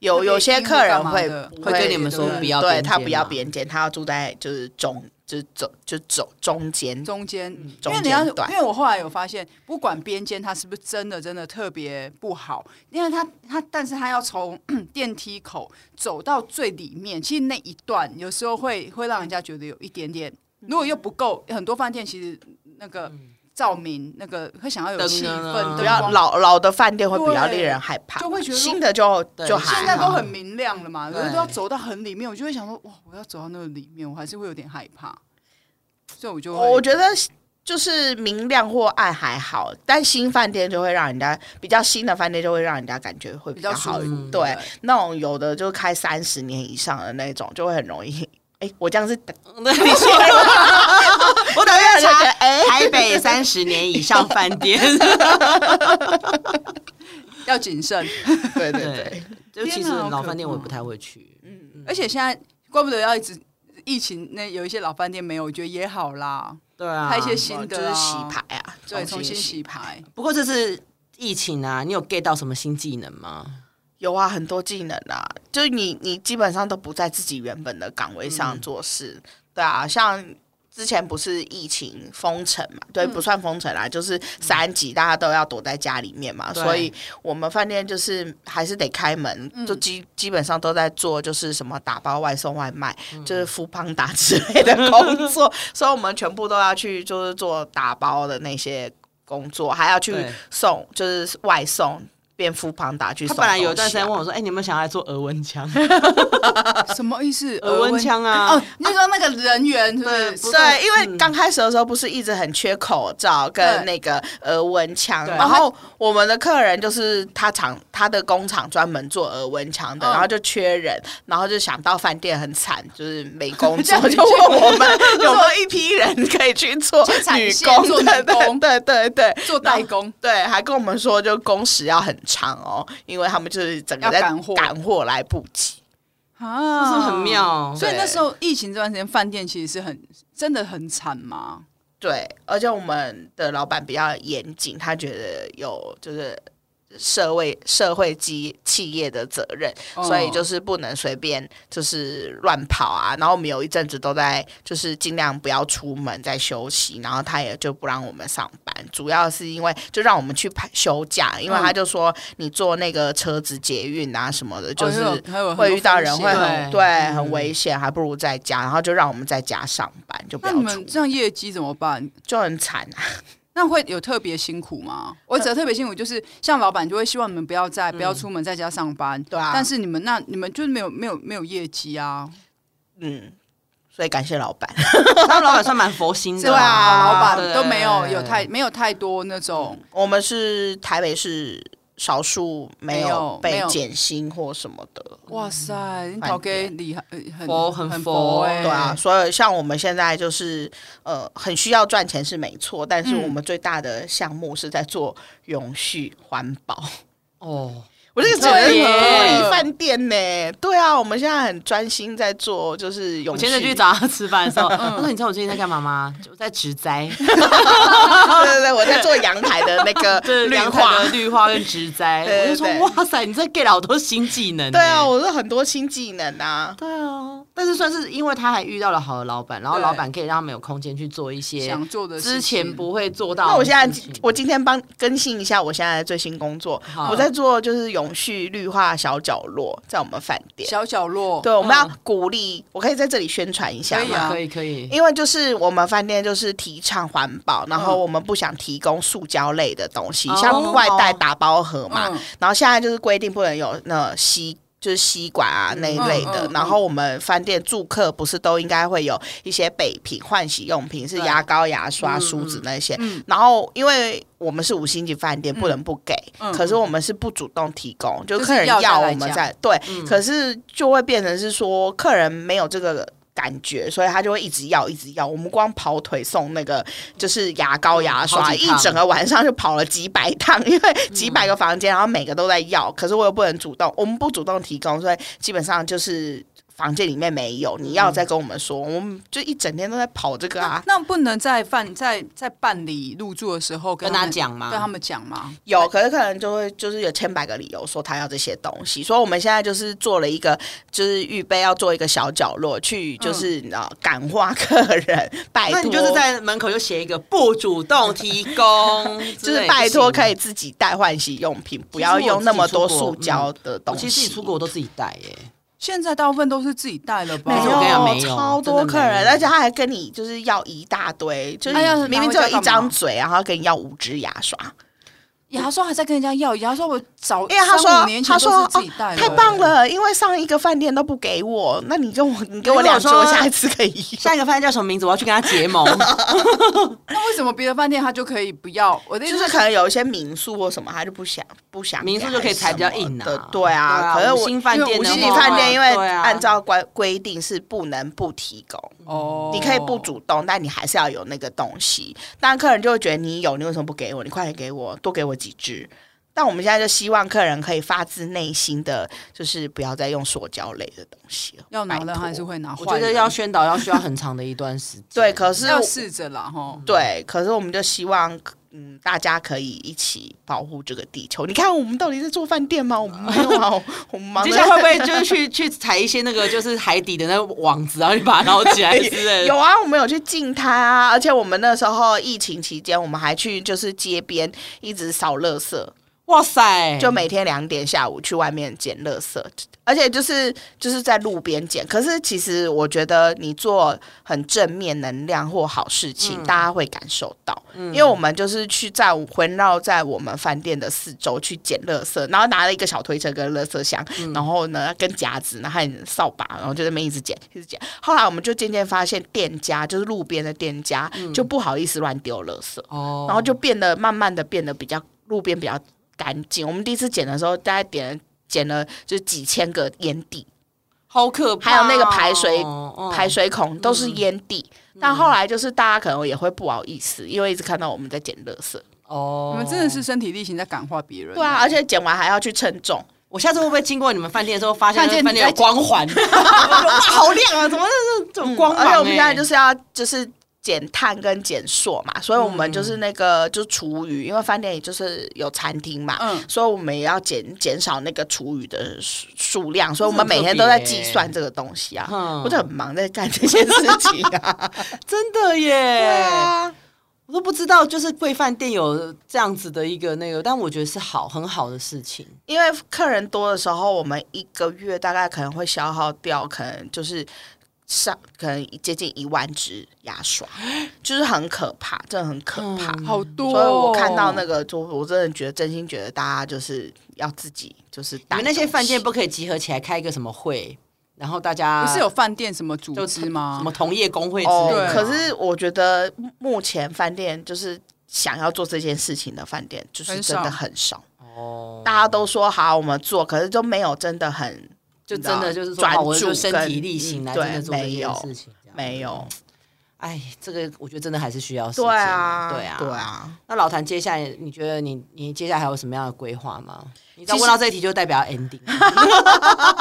Speaker 3: 有有些客人会
Speaker 2: 干嘛的
Speaker 3: 不
Speaker 1: 会跟你们说
Speaker 2: 对
Speaker 1: 不要
Speaker 3: 对
Speaker 1: 边
Speaker 3: 他
Speaker 1: 界
Speaker 3: 不要
Speaker 1: 嘛
Speaker 3: 边间，他要住在就是中就是走就走中
Speaker 1: 嗯
Speaker 3: 间。
Speaker 2: 中间。因
Speaker 3: 中
Speaker 2: 为你要，
Speaker 3: 间段
Speaker 2: 因为我后来有发现，不管边间它是不是真的真的特别不好，因为它它，但是它要从 电梯口走到最里面，其实那一段有时候会会让人家觉得有一点点，
Speaker 1: 嗯
Speaker 2: 如果又不够，很多饭店其实那个照明那个会想要有
Speaker 1: 灯
Speaker 2: 气
Speaker 1: 啊
Speaker 2: 氛，
Speaker 3: 比
Speaker 1: 对
Speaker 3: 较
Speaker 2: 光
Speaker 3: 老老的饭店会比较
Speaker 2: 对
Speaker 3: 令人害怕，
Speaker 2: 就会觉得说
Speaker 3: 新的就
Speaker 1: 对
Speaker 3: 就
Speaker 2: 现
Speaker 3: 还
Speaker 2: 在都
Speaker 3: 好。
Speaker 2: 很明亮了嘛，
Speaker 1: 对
Speaker 2: 可是都要走到很里面，我就会想说，哇，我要走到那个里面，我还是会有点害怕，所以我就
Speaker 3: 我
Speaker 2: 会
Speaker 3: 觉得就是明亮或暗还好，但新饭店就会让人家比较新的饭店就会让人家感觉会
Speaker 2: 比较
Speaker 3: 较
Speaker 2: 舒
Speaker 3: 好一嗯点。
Speaker 2: 服。
Speaker 3: 对，那种有的就开三十年以上的那种，就会很容易。哎、我这 样是
Speaker 1: 那你 说了，我打
Speaker 3: 让
Speaker 1: 算
Speaker 3: 人家觉得
Speaker 1: 查
Speaker 3: 哎，
Speaker 1: 台北三十年以上饭店，
Speaker 2: 要谨慎，
Speaker 3: 对对
Speaker 1: 对
Speaker 3: 对，
Speaker 1: 就其实
Speaker 2: 天哪好
Speaker 1: 老
Speaker 2: 可
Speaker 1: 饭店我也
Speaker 2: 怕
Speaker 1: 不太会去，
Speaker 2: 而且现在怪不得要一直疫情，那有一些老饭店没有，我觉得也好啦，
Speaker 1: 对啊，
Speaker 2: 开一些新
Speaker 3: 就
Speaker 2: 的
Speaker 3: 是
Speaker 2: 啊
Speaker 3: 洗牌啊，
Speaker 2: 对，重新
Speaker 3: 新
Speaker 2: 洗。牌。
Speaker 1: 不过这次疫情啊，你有 get 到什么新技能吗？
Speaker 3: 有啊，很多技能啊，就是你你基本上都不在自己原本的岗位上
Speaker 1: 嗯
Speaker 3: 做事，对啊，像之前不是疫情封城嘛，对，
Speaker 1: 嗯
Speaker 3: 不算封城啦，就是三级大家都要躲在家里面嘛，
Speaker 1: 对
Speaker 3: 所以我们饭店就是还是得开门，
Speaker 1: 嗯
Speaker 3: 就基基本上都在做就是什么打包外送外卖，
Speaker 1: 嗯
Speaker 3: 就是富邦打之类的工作， 所以我们全部都要去就是做打包的那些工作，还要去
Speaker 1: 对
Speaker 3: 送就是外送。变富邦打去
Speaker 1: 他
Speaker 3: 送、
Speaker 1: 本来有一段时
Speaker 3: 啊
Speaker 1: 间问我说：“哎、你们想要来做俄文 腔？
Speaker 2: 什么意思？
Speaker 1: 俄温枪啊
Speaker 2: 哦，你说那个人员是不
Speaker 1: 对
Speaker 2: 是？
Speaker 3: 对，因为刚开始的时候不是一直很缺口罩跟
Speaker 2: 对
Speaker 3: 那个额温枪，
Speaker 1: 对
Speaker 3: 然后我们的客人就是他厂他的工厂专门做额温枪的，
Speaker 2: 嗯
Speaker 3: 然后就缺人，然后就想到饭店很惨，就是 没工
Speaker 2: 这样
Speaker 3: 作，
Speaker 2: 你
Speaker 3: 就
Speaker 2: 去
Speaker 3: 问我们有没有一批人可以去做
Speaker 2: 去产
Speaker 3: 女
Speaker 2: 线
Speaker 3: 工，
Speaker 2: 做女
Speaker 3: 对对
Speaker 2: 工
Speaker 3: 对对对。
Speaker 2: 做代工，
Speaker 3: 对，还跟我们说就工时要很长哦，因为他们就是整个
Speaker 2: 要
Speaker 3: 在
Speaker 2: 赶货
Speaker 3: 赶货来不及。
Speaker 2: 啊，
Speaker 1: 是不是很。 妙？
Speaker 2: 所以那
Speaker 3: 对
Speaker 2: 时候疫情这段时间，饭店其实是很真的很惨嘛。
Speaker 3: 对，而且我们的老板比较严谨，他觉得有就是社会社会企企业的责任，
Speaker 2: 哦
Speaker 3: 所以就是不能随便就是乱跑啊。然后我们有一阵子都在就是尽量不要出门，在休息。然后他也就不让我们上班，主要是因为就让我们去排休假，因为
Speaker 2: 嗯
Speaker 3: 他就说你坐那个车子捷运啊什么的，就
Speaker 2: 哦
Speaker 3: 是
Speaker 2: 因为有还有很多
Speaker 3: 会遇到人
Speaker 2: 风
Speaker 3: 会
Speaker 2: 险
Speaker 3: 很
Speaker 1: 对
Speaker 3: 对很
Speaker 1: 嗯
Speaker 3: 危险，还不如在家。然后就让我们在家上班，就不
Speaker 2: 那
Speaker 3: 要
Speaker 2: 你
Speaker 3: 出
Speaker 2: 们这样业绩怎么办？
Speaker 3: 就很惨啊。
Speaker 2: 那会有特别辛苦
Speaker 3: 呃
Speaker 2: 吗？我指的特别辛苦，就是像老板就会希望你们不要在不要出门，在家上班。
Speaker 3: 嗯对啊
Speaker 2: 但是你们那你们就是没有没有没有业绩啊，
Speaker 3: 嗯，所以感谢老板。
Speaker 1: 他们老板算蛮佛心的
Speaker 2: 对啊，
Speaker 1: 啦，
Speaker 2: 老板
Speaker 1: 对
Speaker 2: 都没有有太没有太多那种
Speaker 3: 我们是台北市少数
Speaker 2: 没
Speaker 3: 没
Speaker 2: 有
Speaker 3: 有
Speaker 2: 没
Speaker 3: 被
Speaker 2: 有
Speaker 3: 减薪或什么的。
Speaker 2: 哇塞，你
Speaker 3: 嗯饭
Speaker 2: 讨给
Speaker 3: 店
Speaker 2: 厉害，呃很
Speaker 1: 佛很
Speaker 2: 很
Speaker 1: 佛
Speaker 2: 哎、
Speaker 3: 对啊，所以像我们现在就是呃，很需要赚钱是没错，但是
Speaker 2: 嗯
Speaker 3: 我们最大的项目是在做永续环保。
Speaker 1: 哦，
Speaker 3: 我这个只能
Speaker 2: 对耶
Speaker 3: 合理饭店呢。对啊，我们现在很专心在做，就是永
Speaker 1: 我
Speaker 3: 续。
Speaker 1: 前阵去找他吃饭 的时候，他
Speaker 2: 嗯
Speaker 1: 说：“你知道我最近在干嘛吗？就在植栽，
Speaker 3: 对对对，我在做阳台的那个
Speaker 1: 就是
Speaker 3: 绿
Speaker 1: 阳
Speaker 3: 化
Speaker 1: 台。的绿化跟植 栽。”
Speaker 3: 对
Speaker 1: 我
Speaker 3: 对
Speaker 1: 就说
Speaker 3: 对：“
Speaker 1: 哇塞，你这 get 了好多新技能。”
Speaker 3: 对啊，，我是很多新技能啊。
Speaker 1: 对啊，但是算是因为他还遇到了好的老板，然后
Speaker 2: 对
Speaker 1: 老板可以让他们有空间去做一些
Speaker 2: 想做的事
Speaker 1: 之前
Speaker 2: 情
Speaker 1: 不会做到的
Speaker 3: 那我现在
Speaker 1: 事情
Speaker 3: 我今天帮更新一下我现在的最新工作，
Speaker 1: 好
Speaker 3: 我在做就是永续绿化小角落，在我们饭店。
Speaker 2: 小角落，
Speaker 3: 对，我们要
Speaker 1: 嗯
Speaker 3: 鼓励，我可以在这里宣传一下
Speaker 2: 可以啊
Speaker 3: 吗？
Speaker 1: 可以可以，
Speaker 3: 因为就是我们饭店就是提倡环保，然后
Speaker 2: 嗯
Speaker 3: 我们不想提供塑胶类的东西，
Speaker 1: 哦
Speaker 3: 像外带打包盒嘛。
Speaker 2: 嗯
Speaker 3: 然后现在就是规定不能有那吸。就是吸管啊那一类
Speaker 2: 嗯
Speaker 3: 的，
Speaker 2: 嗯
Speaker 3: 然后我们饭店住客不是都应该会有一些备品、换洗用品，是
Speaker 1: 对
Speaker 3: 牙膏、牙刷、
Speaker 1: 嗯
Speaker 3: 梳子那些。
Speaker 2: 嗯
Speaker 3: 然后因为我们是五星级饭店，不能不给，
Speaker 2: 嗯
Speaker 3: 可是我们是不主动提供，就
Speaker 2: 就是
Speaker 3: 客人
Speaker 2: 要
Speaker 3: 要
Speaker 2: 再来
Speaker 3: 我们
Speaker 2: 讲
Speaker 3: 再对，
Speaker 1: 嗯
Speaker 3: 可是就会变成是说客人没有这个。感觉，所以他就会一直要，一直要。我们光跑腿送那个就是牙膏、牙
Speaker 1: 嗯
Speaker 3: 刷，
Speaker 1: 好几
Speaker 3: 一
Speaker 1: 趟
Speaker 3: 整个晚上就跑了几百趟，因为几百个房间，然后每个都在要。可是我又不能主动，我们不主动提供，所以基本上就是房间里面没有，你要再跟我们说，我们就一整天都在跑这个 啊。
Speaker 2: 那不能在饭在在办理入住的时候跟
Speaker 1: 跟
Speaker 2: 他
Speaker 1: 他
Speaker 2: 们
Speaker 1: 讲嘛，
Speaker 2: 跟他们讲嘛，
Speaker 3: 有，可是可能就会就是有千百个理由说他要这些东西，所以我们现在就是做了一个，就是预备要做一个小角落去，就是你知道感化客人，拜
Speaker 1: 嗯那
Speaker 3: 托，
Speaker 1: 你就是在门口就写一个不主动提供之类，
Speaker 3: 就是拜托可
Speaker 1: 以。
Speaker 3: 以自己带换洗用品，不
Speaker 1: 实
Speaker 3: 要
Speaker 1: 我
Speaker 3: 用那么多
Speaker 1: 自己出
Speaker 3: 塑
Speaker 1: 国嗯
Speaker 3: 胶的
Speaker 1: 我
Speaker 3: 东
Speaker 1: 其
Speaker 3: 西。
Speaker 1: 实自己出国我都自己带耶、
Speaker 2: 现在大部分都是自己带了吧？
Speaker 3: 没
Speaker 1: 我跟你讲没
Speaker 3: 有
Speaker 1: 有
Speaker 3: 超多
Speaker 1: 真的
Speaker 3: 客人，
Speaker 1: 没有
Speaker 3: 而且他还跟你就是要一大堆，就是
Speaker 2: 哎呀
Speaker 3: 明
Speaker 2: 拿
Speaker 3: 明
Speaker 2: 回
Speaker 3: 只有
Speaker 2: 家
Speaker 3: 一
Speaker 2: 干
Speaker 3: 张
Speaker 2: 嘛
Speaker 3: 嘴，然后跟你要五支牙刷。
Speaker 2: 牙刷还在跟人家要，牙刷我早
Speaker 3: 因为他
Speaker 2: 三五
Speaker 3: 说
Speaker 2: 年前
Speaker 3: 他
Speaker 2: 都
Speaker 3: 说
Speaker 2: 是自
Speaker 3: 哦
Speaker 2: 己带，
Speaker 3: 太棒，了，因为上一个饭店都不给我，那你跟我你给我两支，
Speaker 1: 因为我
Speaker 3: 我
Speaker 1: 说
Speaker 3: 下一次可以用。
Speaker 1: 下一个饭店叫什么名字？我要去跟他结盟。
Speaker 3: 啊
Speaker 2: 那为什么别的饭店他就可以不要？我的意
Speaker 3: 就
Speaker 2: 思
Speaker 3: 是可能有一些民宿或什么，他就不想不想
Speaker 1: 民宿
Speaker 3: 给
Speaker 1: 就可以踩比较
Speaker 3: 还是什么
Speaker 1: 硬啊
Speaker 3: 的对啊，可
Speaker 1: 对
Speaker 3: 是
Speaker 1: 啊，
Speaker 3: 我
Speaker 1: 新饭店的话，
Speaker 2: 因为五
Speaker 3: 五
Speaker 2: 星
Speaker 3: 星
Speaker 2: 级
Speaker 3: 级饭店因为
Speaker 1: 对啊
Speaker 3: 按照规规定是不能不提供，
Speaker 2: 哦，
Speaker 3: 你可以不主动，但你还是要有那个东西。但客人就会觉得你有，你为什么不给我？你快点给我，多给我几支。但我们现在就希望客人可以发自内心的，就是不要再用塑胶类的东西了。
Speaker 2: 要拿
Speaker 3: 拜
Speaker 2: 的
Speaker 3: 托
Speaker 2: 还是会拿
Speaker 1: 我觉
Speaker 2: 坏人，
Speaker 1: 得要宣导要需要很长的一段时间。
Speaker 3: 对，可是
Speaker 2: 要试着啦哈。
Speaker 3: 对，可是我们就希望，嗯，大家可以一起保护这个地球。你看，我们到底在做饭店吗？我们没有 啊，我们忙
Speaker 1: 接
Speaker 3: 着
Speaker 1: 下来会不会就是去去踩一些那个就是海底的那个网子，然后就把它捞起来之类的？
Speaker 3: 有啊，我们有去净滩啊，而且我们那时候疫情期间，我们还去就是街边一直扫垃圾，
Speaker 1: 哇塞，
Speaker 3: 就每天两点下午去外面捡垃圾，而且就是就是在路边捡。可是其实我觉得你做很正面能量或好事情，大家会感受到，因为我们就是去在环绕在我们饭店的四周去捡垃圾，然后拿了一个小推车跟垃圾箱，然后呢跟夹子，然后还有扫把，然后就在那边一直捡一直捡。后来我们就渐渐发现，店家就是路边的店家、就不好意思乱丢垃圾。
Speaker 1: 哦，
Speaker 3: 然后就变得慢慢的变得比较路边比较干净。我们第一次捡的时候，大概点了捡了就是几千个烟蒂，
Speaker 1: 好可怕哦、
Speaker 3: 还有那个排水
Speaker 1: 嗯
Speaker 3: 排水孔都是烟蒂。但后来就是大家可能也会不好意思，因为一直看到我们在捡垃圾。
Speaker 1: 哦，
Speaker 2: 你们真的是身体力行在感化别人，
Speaker 3: 啊对啊，而且捡完还要去称重，
Speaker 1: 我下次会不会经过你们饭店的时候，发现
Speaker 2: 看见
Speaker 1: 那饭店有
Speaker 2: 你在
Speaker 1: 光 环？我说哇，好亮啊！怎么这这种光芒、
Speaker 3: 嗯而且我们现在
Speaker 1: 欸
Speaker 3: 就是要就是减碳跟减塑嘛，所以我们就是
Speaker 1: 嗯
Speaker 3: 那个就厨余，因为饭店也就是有餐厅嘛，
Speaker 2: 嗯
Speaker 3: 所以我们也要减减少那个厨余的数数量，所以我们
Speaker 1: 这
Speaker 3: 每
Speaker 1: 很特别欸
Speaker 3: 天都在计算这个东西啊，
Speaker 1: 嗯
Speaker 3: 我就很忙在干这些事情 啊，
Speaker 1: 真的耶，
Speaker 3: 对啊，
Speaker 1: 我都不知道，就是贵饭店有这样子的一个那个，但我觉得是好很好的事情。
Speaker 3: 因为客人多的时候，我们一个月大概可能会消耗掉，可能就是上可能接近一万支牙刷， 就是很可怕，真的很可怕。
Speaker 1: 嗯
Speaker 2: 好多、哦，
Speaker 3: 所以我看到那个，就我真的觉得，真心觉得大家就是要自己就是
Speaker 1: 你
Speaker 3: 打
Speaker 1: 们那些饭店不可以集合起来开一个什么会，然后大家
Speaker 3: 嗯
Speaker 2: 不是有饭店什么组
Speaker 1: 就
Speaker 2: 织
Speaker 1: 什
Speaker 2: 吗
Speaker 1: 么？同业工会之
Speaker 3: 哦
Speaker 1: 类的吗？
Speaker 2: 对
Speaker 3: 可是我觉得目前饭店就是想要做这件事情的饭店，就是真的很少。
Speaker 1: 哦，
Speaker 3: 大家都说好，我们做，可是就没有真的很
Speaker 1: 就真的就是说，哦
Speaker 3: 专
Speaker 1: 好我
Speaker 3: 注
Speaker 1: 就身
Speaker 3: 跟
Speaker 1: 体力行来
Speaker 3: 嗯对
Speaker 1: 真的做这
Speaker 3: 没
Speaker 1: 件
Speaker 3: 有
Speaker 1: 事情，这样
Speaker 3: 没有。
Speaker 1: 哎，这个我觉得真的还是需要时间
Speaker 3: 对啊，
Speaker 1: 对啊，
Speaker 3: 对。啊。
Speaker 1: 那老谭，接下来你觉得你你接下来还有什么样的规划吗？你只要
Speaker 3: 其实
Speaker 1: 问到这一题，就代表要 ending 了。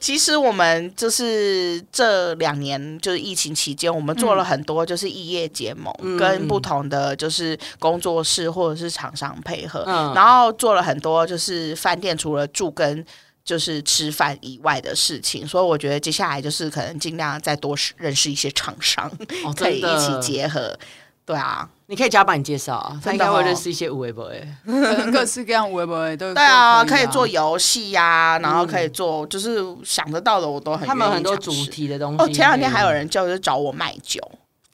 Speaker 3: 其实我们就是这两年，就是疫情期间，我们做了很多就是异业结盟，
Speaker 1: 嗯
Speaker 3: 跟不同的就是工作室或者是厂商配合，
Speaker 1: 嗯
Speaker 3: 然后做了很多就是饭店除了住跟。就是吃饭以外的事情，所以我觉得接下来就是可能尽量再多认识一些厂商，
Speaker 1: 哦
Speaker 3: 可以
Speaker 1: 真的
Speaker 3: 一起结合。对啊，
Speaker 1: 你可以加帮你介绍啊，他应该
Speaker 3: 真的
Speaker 1: 会
Speaker 3: 哦
Speaker 1: 认识一些五位 boy。
Speaker 2: 可能 各式各样，微博都
Speaker 3: 对啊，
Speaker 2: 可
Speaker 3: 可
Speaker 2: 以
Speaker 3: 以做游戏呀，然后可以做，就是想得到的我都很。
Speaker 1: 他们有很多主。题的东西。啊
Speaker 3: 哦，前两天还有人叫，就是找我卖酒，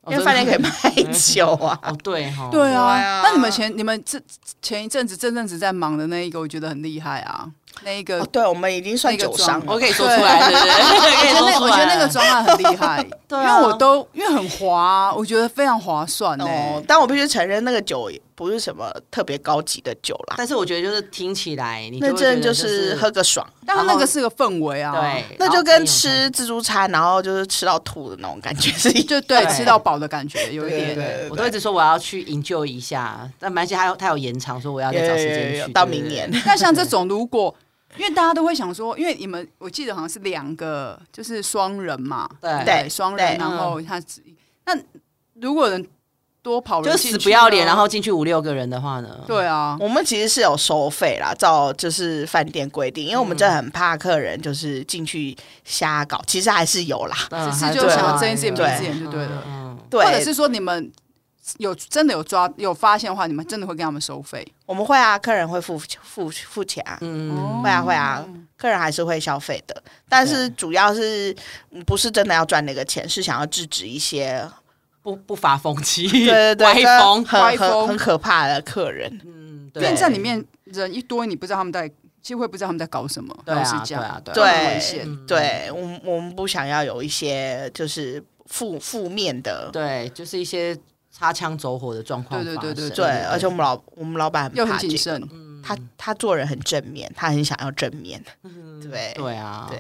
Speaker 1: 哦
Speaker 3: 因为 饭店可以。
Speaker 1: 真的
Speaker 3: 卖酒啊。
Speaker 1: 哦，对哈，
Speaker 2: 对啊，
Speaker 3: 对啊
Speaker 2: 那你们前你们这前一阵子这阵子在忙的那一个，我觉得很厉害啊，那一个。
Speaker 3: 哦，对，我们已经算
Speaker 2: 那个
Speaker 3: 酒商
Speaker 1: 我
Speaker 3: 了。
Speaker 1: 可以说出来， 对
Speaker 2: 我 觉得
Speaker 1: 对对，
Speaker 2: 那我觉得那个专案很厉害，
Speaker 1: 对啊
Speaker 2: 因为我都因为很滑啊，我觉得非常划算欸呢、
Speaker 3: 哦，但我必须承认，那个酒也不是什么特别高级的酒啦，
Speaker 1: 但是我觉得就是听起来，你
Speaker 3: 那真的就是是喝个爽，
Speaker 2: 但是那个是个氛围啊，
Speaker 1: 对，
Speaker 3: 那就跟吃自助餐，然后就是吃到吐的那种感觉是一样。
Speaker 2: 就对
Speaker 1: 对
Speaker 2: 吃到饱的感觉有一
Speaker 3: 对
Speaker 2: 点。
Speaker 3: 对
Speaker 1: 我都一直说我要去营救一下，但蛮幸他有他有延长，说我要再找时
Speaker 3: 有有有
Speaker 1: 间去
Speaker 3: 到明年。。
Speaker 2: 那像这种，如果因为大家都会想说，因为你们我记得好像是两个，就是双人嘛，
Speaker 1: 对
Speaker 3: 对
Speaker 2: 双
Speaker 3: 对
Speaker 2: 人，然后他只那如果人多跑
Speaker 1: 就
Speaker 2: 人哦进去
Speaker 1: 死不要脸，
Speaker 2: 呢
Speaker 1: 然后进去五六个人的话呢？
Speaker 2: 对啊，
Speaker 3: 我们其实是有收费啦，照就是饭店规定，因为我们真的很怕客人就是进去瞎搞，其实还是有啦。
Speaker 1: 嗯，
Speaker 2: 只是
Speaker 1: 还
Speaker 2: 就
Speaker 1: 对
Speaker 3: 想
Speaker 1: 啊
Speaker 3: 睁一只眼
Speaker 1: 对
Speaker 3: 闭一只
Speaker 2: 眼就对了
Speaker 1: 嗯嗯
Speaker 3: 对，
Speaker 2: 或者是说你们有真的有抓有发现的话，你们真的会跟他们收费。
Speaker 3: 我们会啊，客人会付付付钱啊，
Speaker 1: 嗯，
Speaker 3: 会啊会啊，客人还是会消费的，但是主要是嗯不是真的要赚那个钱，是想要制止一些
Speaker 1: 不不乏风气，
Speaker 3: 对对对
Speaker 1: 歪风
Speaker 3: 跟，很
Speaker 2: 歪
Speaker 3: 很
Speaker 2: 风
Speaker 3: 很可怕的客人。
Speaker 1: 嗯，
Speaker 2: 因
Speaker 1: 对
Speaker 2: 为在里面人一多，你不知道他们在，其实会不知道他们在搞什么。
Speaker 1: 对啊
Speaker 2: 老实讲
Speaker 1: 对啊对啊
Speaker 2: 这很危
Speaker 3: 对
Speaker 2: 险。
Speaker 3: 对，我们我们不想要有一些就是负负面的，
Speaker 1: 对，就是一些擦枪走火的状况发
Speaker 2: 对
Speaker 1: 生。
Speaker 2: 对对对
Speaker 3: 对，而且我们老我们老板
Speaker 2: 又
Speaker 3: 很
Speaker 2: 很
Speaker 3: 怕这
Speaker 2: 谨
Speaker 3: 个
Speaker 2: 慎，
Speaker 3: 他他做人很正面，他很想要正面，对
Speaker 1: 对啊，
Speaker 3: 对，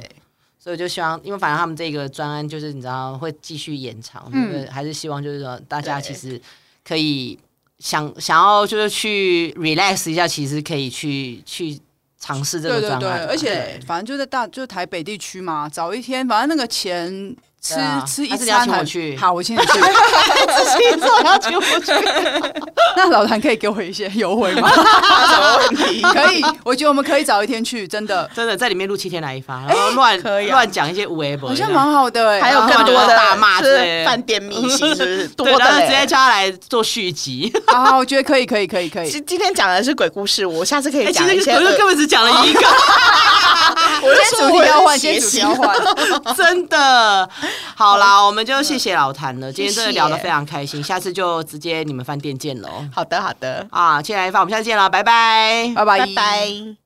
Speaker 1: 所以我就希望，因为反正他们这个专案就是你知道会继续延长，
Speaker 2: 嗯
Speaker 1: 嗯，还是希望就是说大家
Speaker 3: 对
Speaker 1: 其实可以想想要就是去 relax 一下，其实可以去去尝试这个
Speaker 2: 对对
Speaker 1: 专案啊，
Speaker 2: 对，而且
Speaker 3: 对
Speaker 2: 反正就在大就是台北地区嘛，早一天，反正那个钱吃、
Speaker 1: 对啊
Speaker 2: 吃一
Speaker 1: 还是你要
Speaker 2: 餐
Speaker 1: 请我
Speaker 2: 还
Speaker 1: 去
Speaker 2: 好，我请你 去。
Speaker 3: 你做要请我去
Speaker 2: 那老谭可以给我一些优惠 吗？
Speaker 3: 什么问 题？
Speaker 2: 可以，我觉得我们可以早一天去，真的
Speaker 1: 真的在里面录七天来一发，然后乱
Speaker 3: 可以啊
Speaker 1: 乱讲一些无为
Speaker 2: 好像蛮好的、欸。
Speaker 3: 还有
Speaker 2: 然后
Speaker 3: 更多
Speaker 1: 然后
Speaker 3: 的
Speaker 1: 大骂之类
Speaker 3: 是
Speaker 1: 的
Speaker 3: 饭店明星，是不 是多
Speaker 1: 对，然
Speaker 3: 的
Speaker 1: 后
Speaker 3: 嘞
Speaker 1: 直接叫他来做续集。
Speaker 2: 好好，我觉得可以，可以，可以，可以。
Speaker 3: 今今天讲的是鬼故事，我下次可以
Speaker 1: 哎，其
Speaker 3: 讲一
Speaker 1: 实
Speaker 3: 些
Speaker 1: 我就
Speaker 3: 恶。
Speaker 1: 根本只讲了一个。
Speaker 3: 我就
Speaker 2: 今天
Speaker 3: 说
Speaker 2: 主
Speaker 3: 我
Speaker 2: 题要
Speaker 3: 是
Speaker 2: 换，今天
Speaker 3: 邪
Speaker 2: 主题
Speaker 3: 性
Speaker 2: 要换。
Speaker 1: 真的，好啦，我们就谢谢老谭了，今天真的
Speaker 3: 嗯谢谢
Speaker 1: 聊得非常开心，下次就直接你们饭店见喽。
Speaker 3: 好的，好的，
Speaker 1: 啊，谢谢来发，我们下次见了，拜拜。
Speaker 2: 拜
Speaker 3: 拜
Speaker 2: 拜，
Speaker 3: 拜。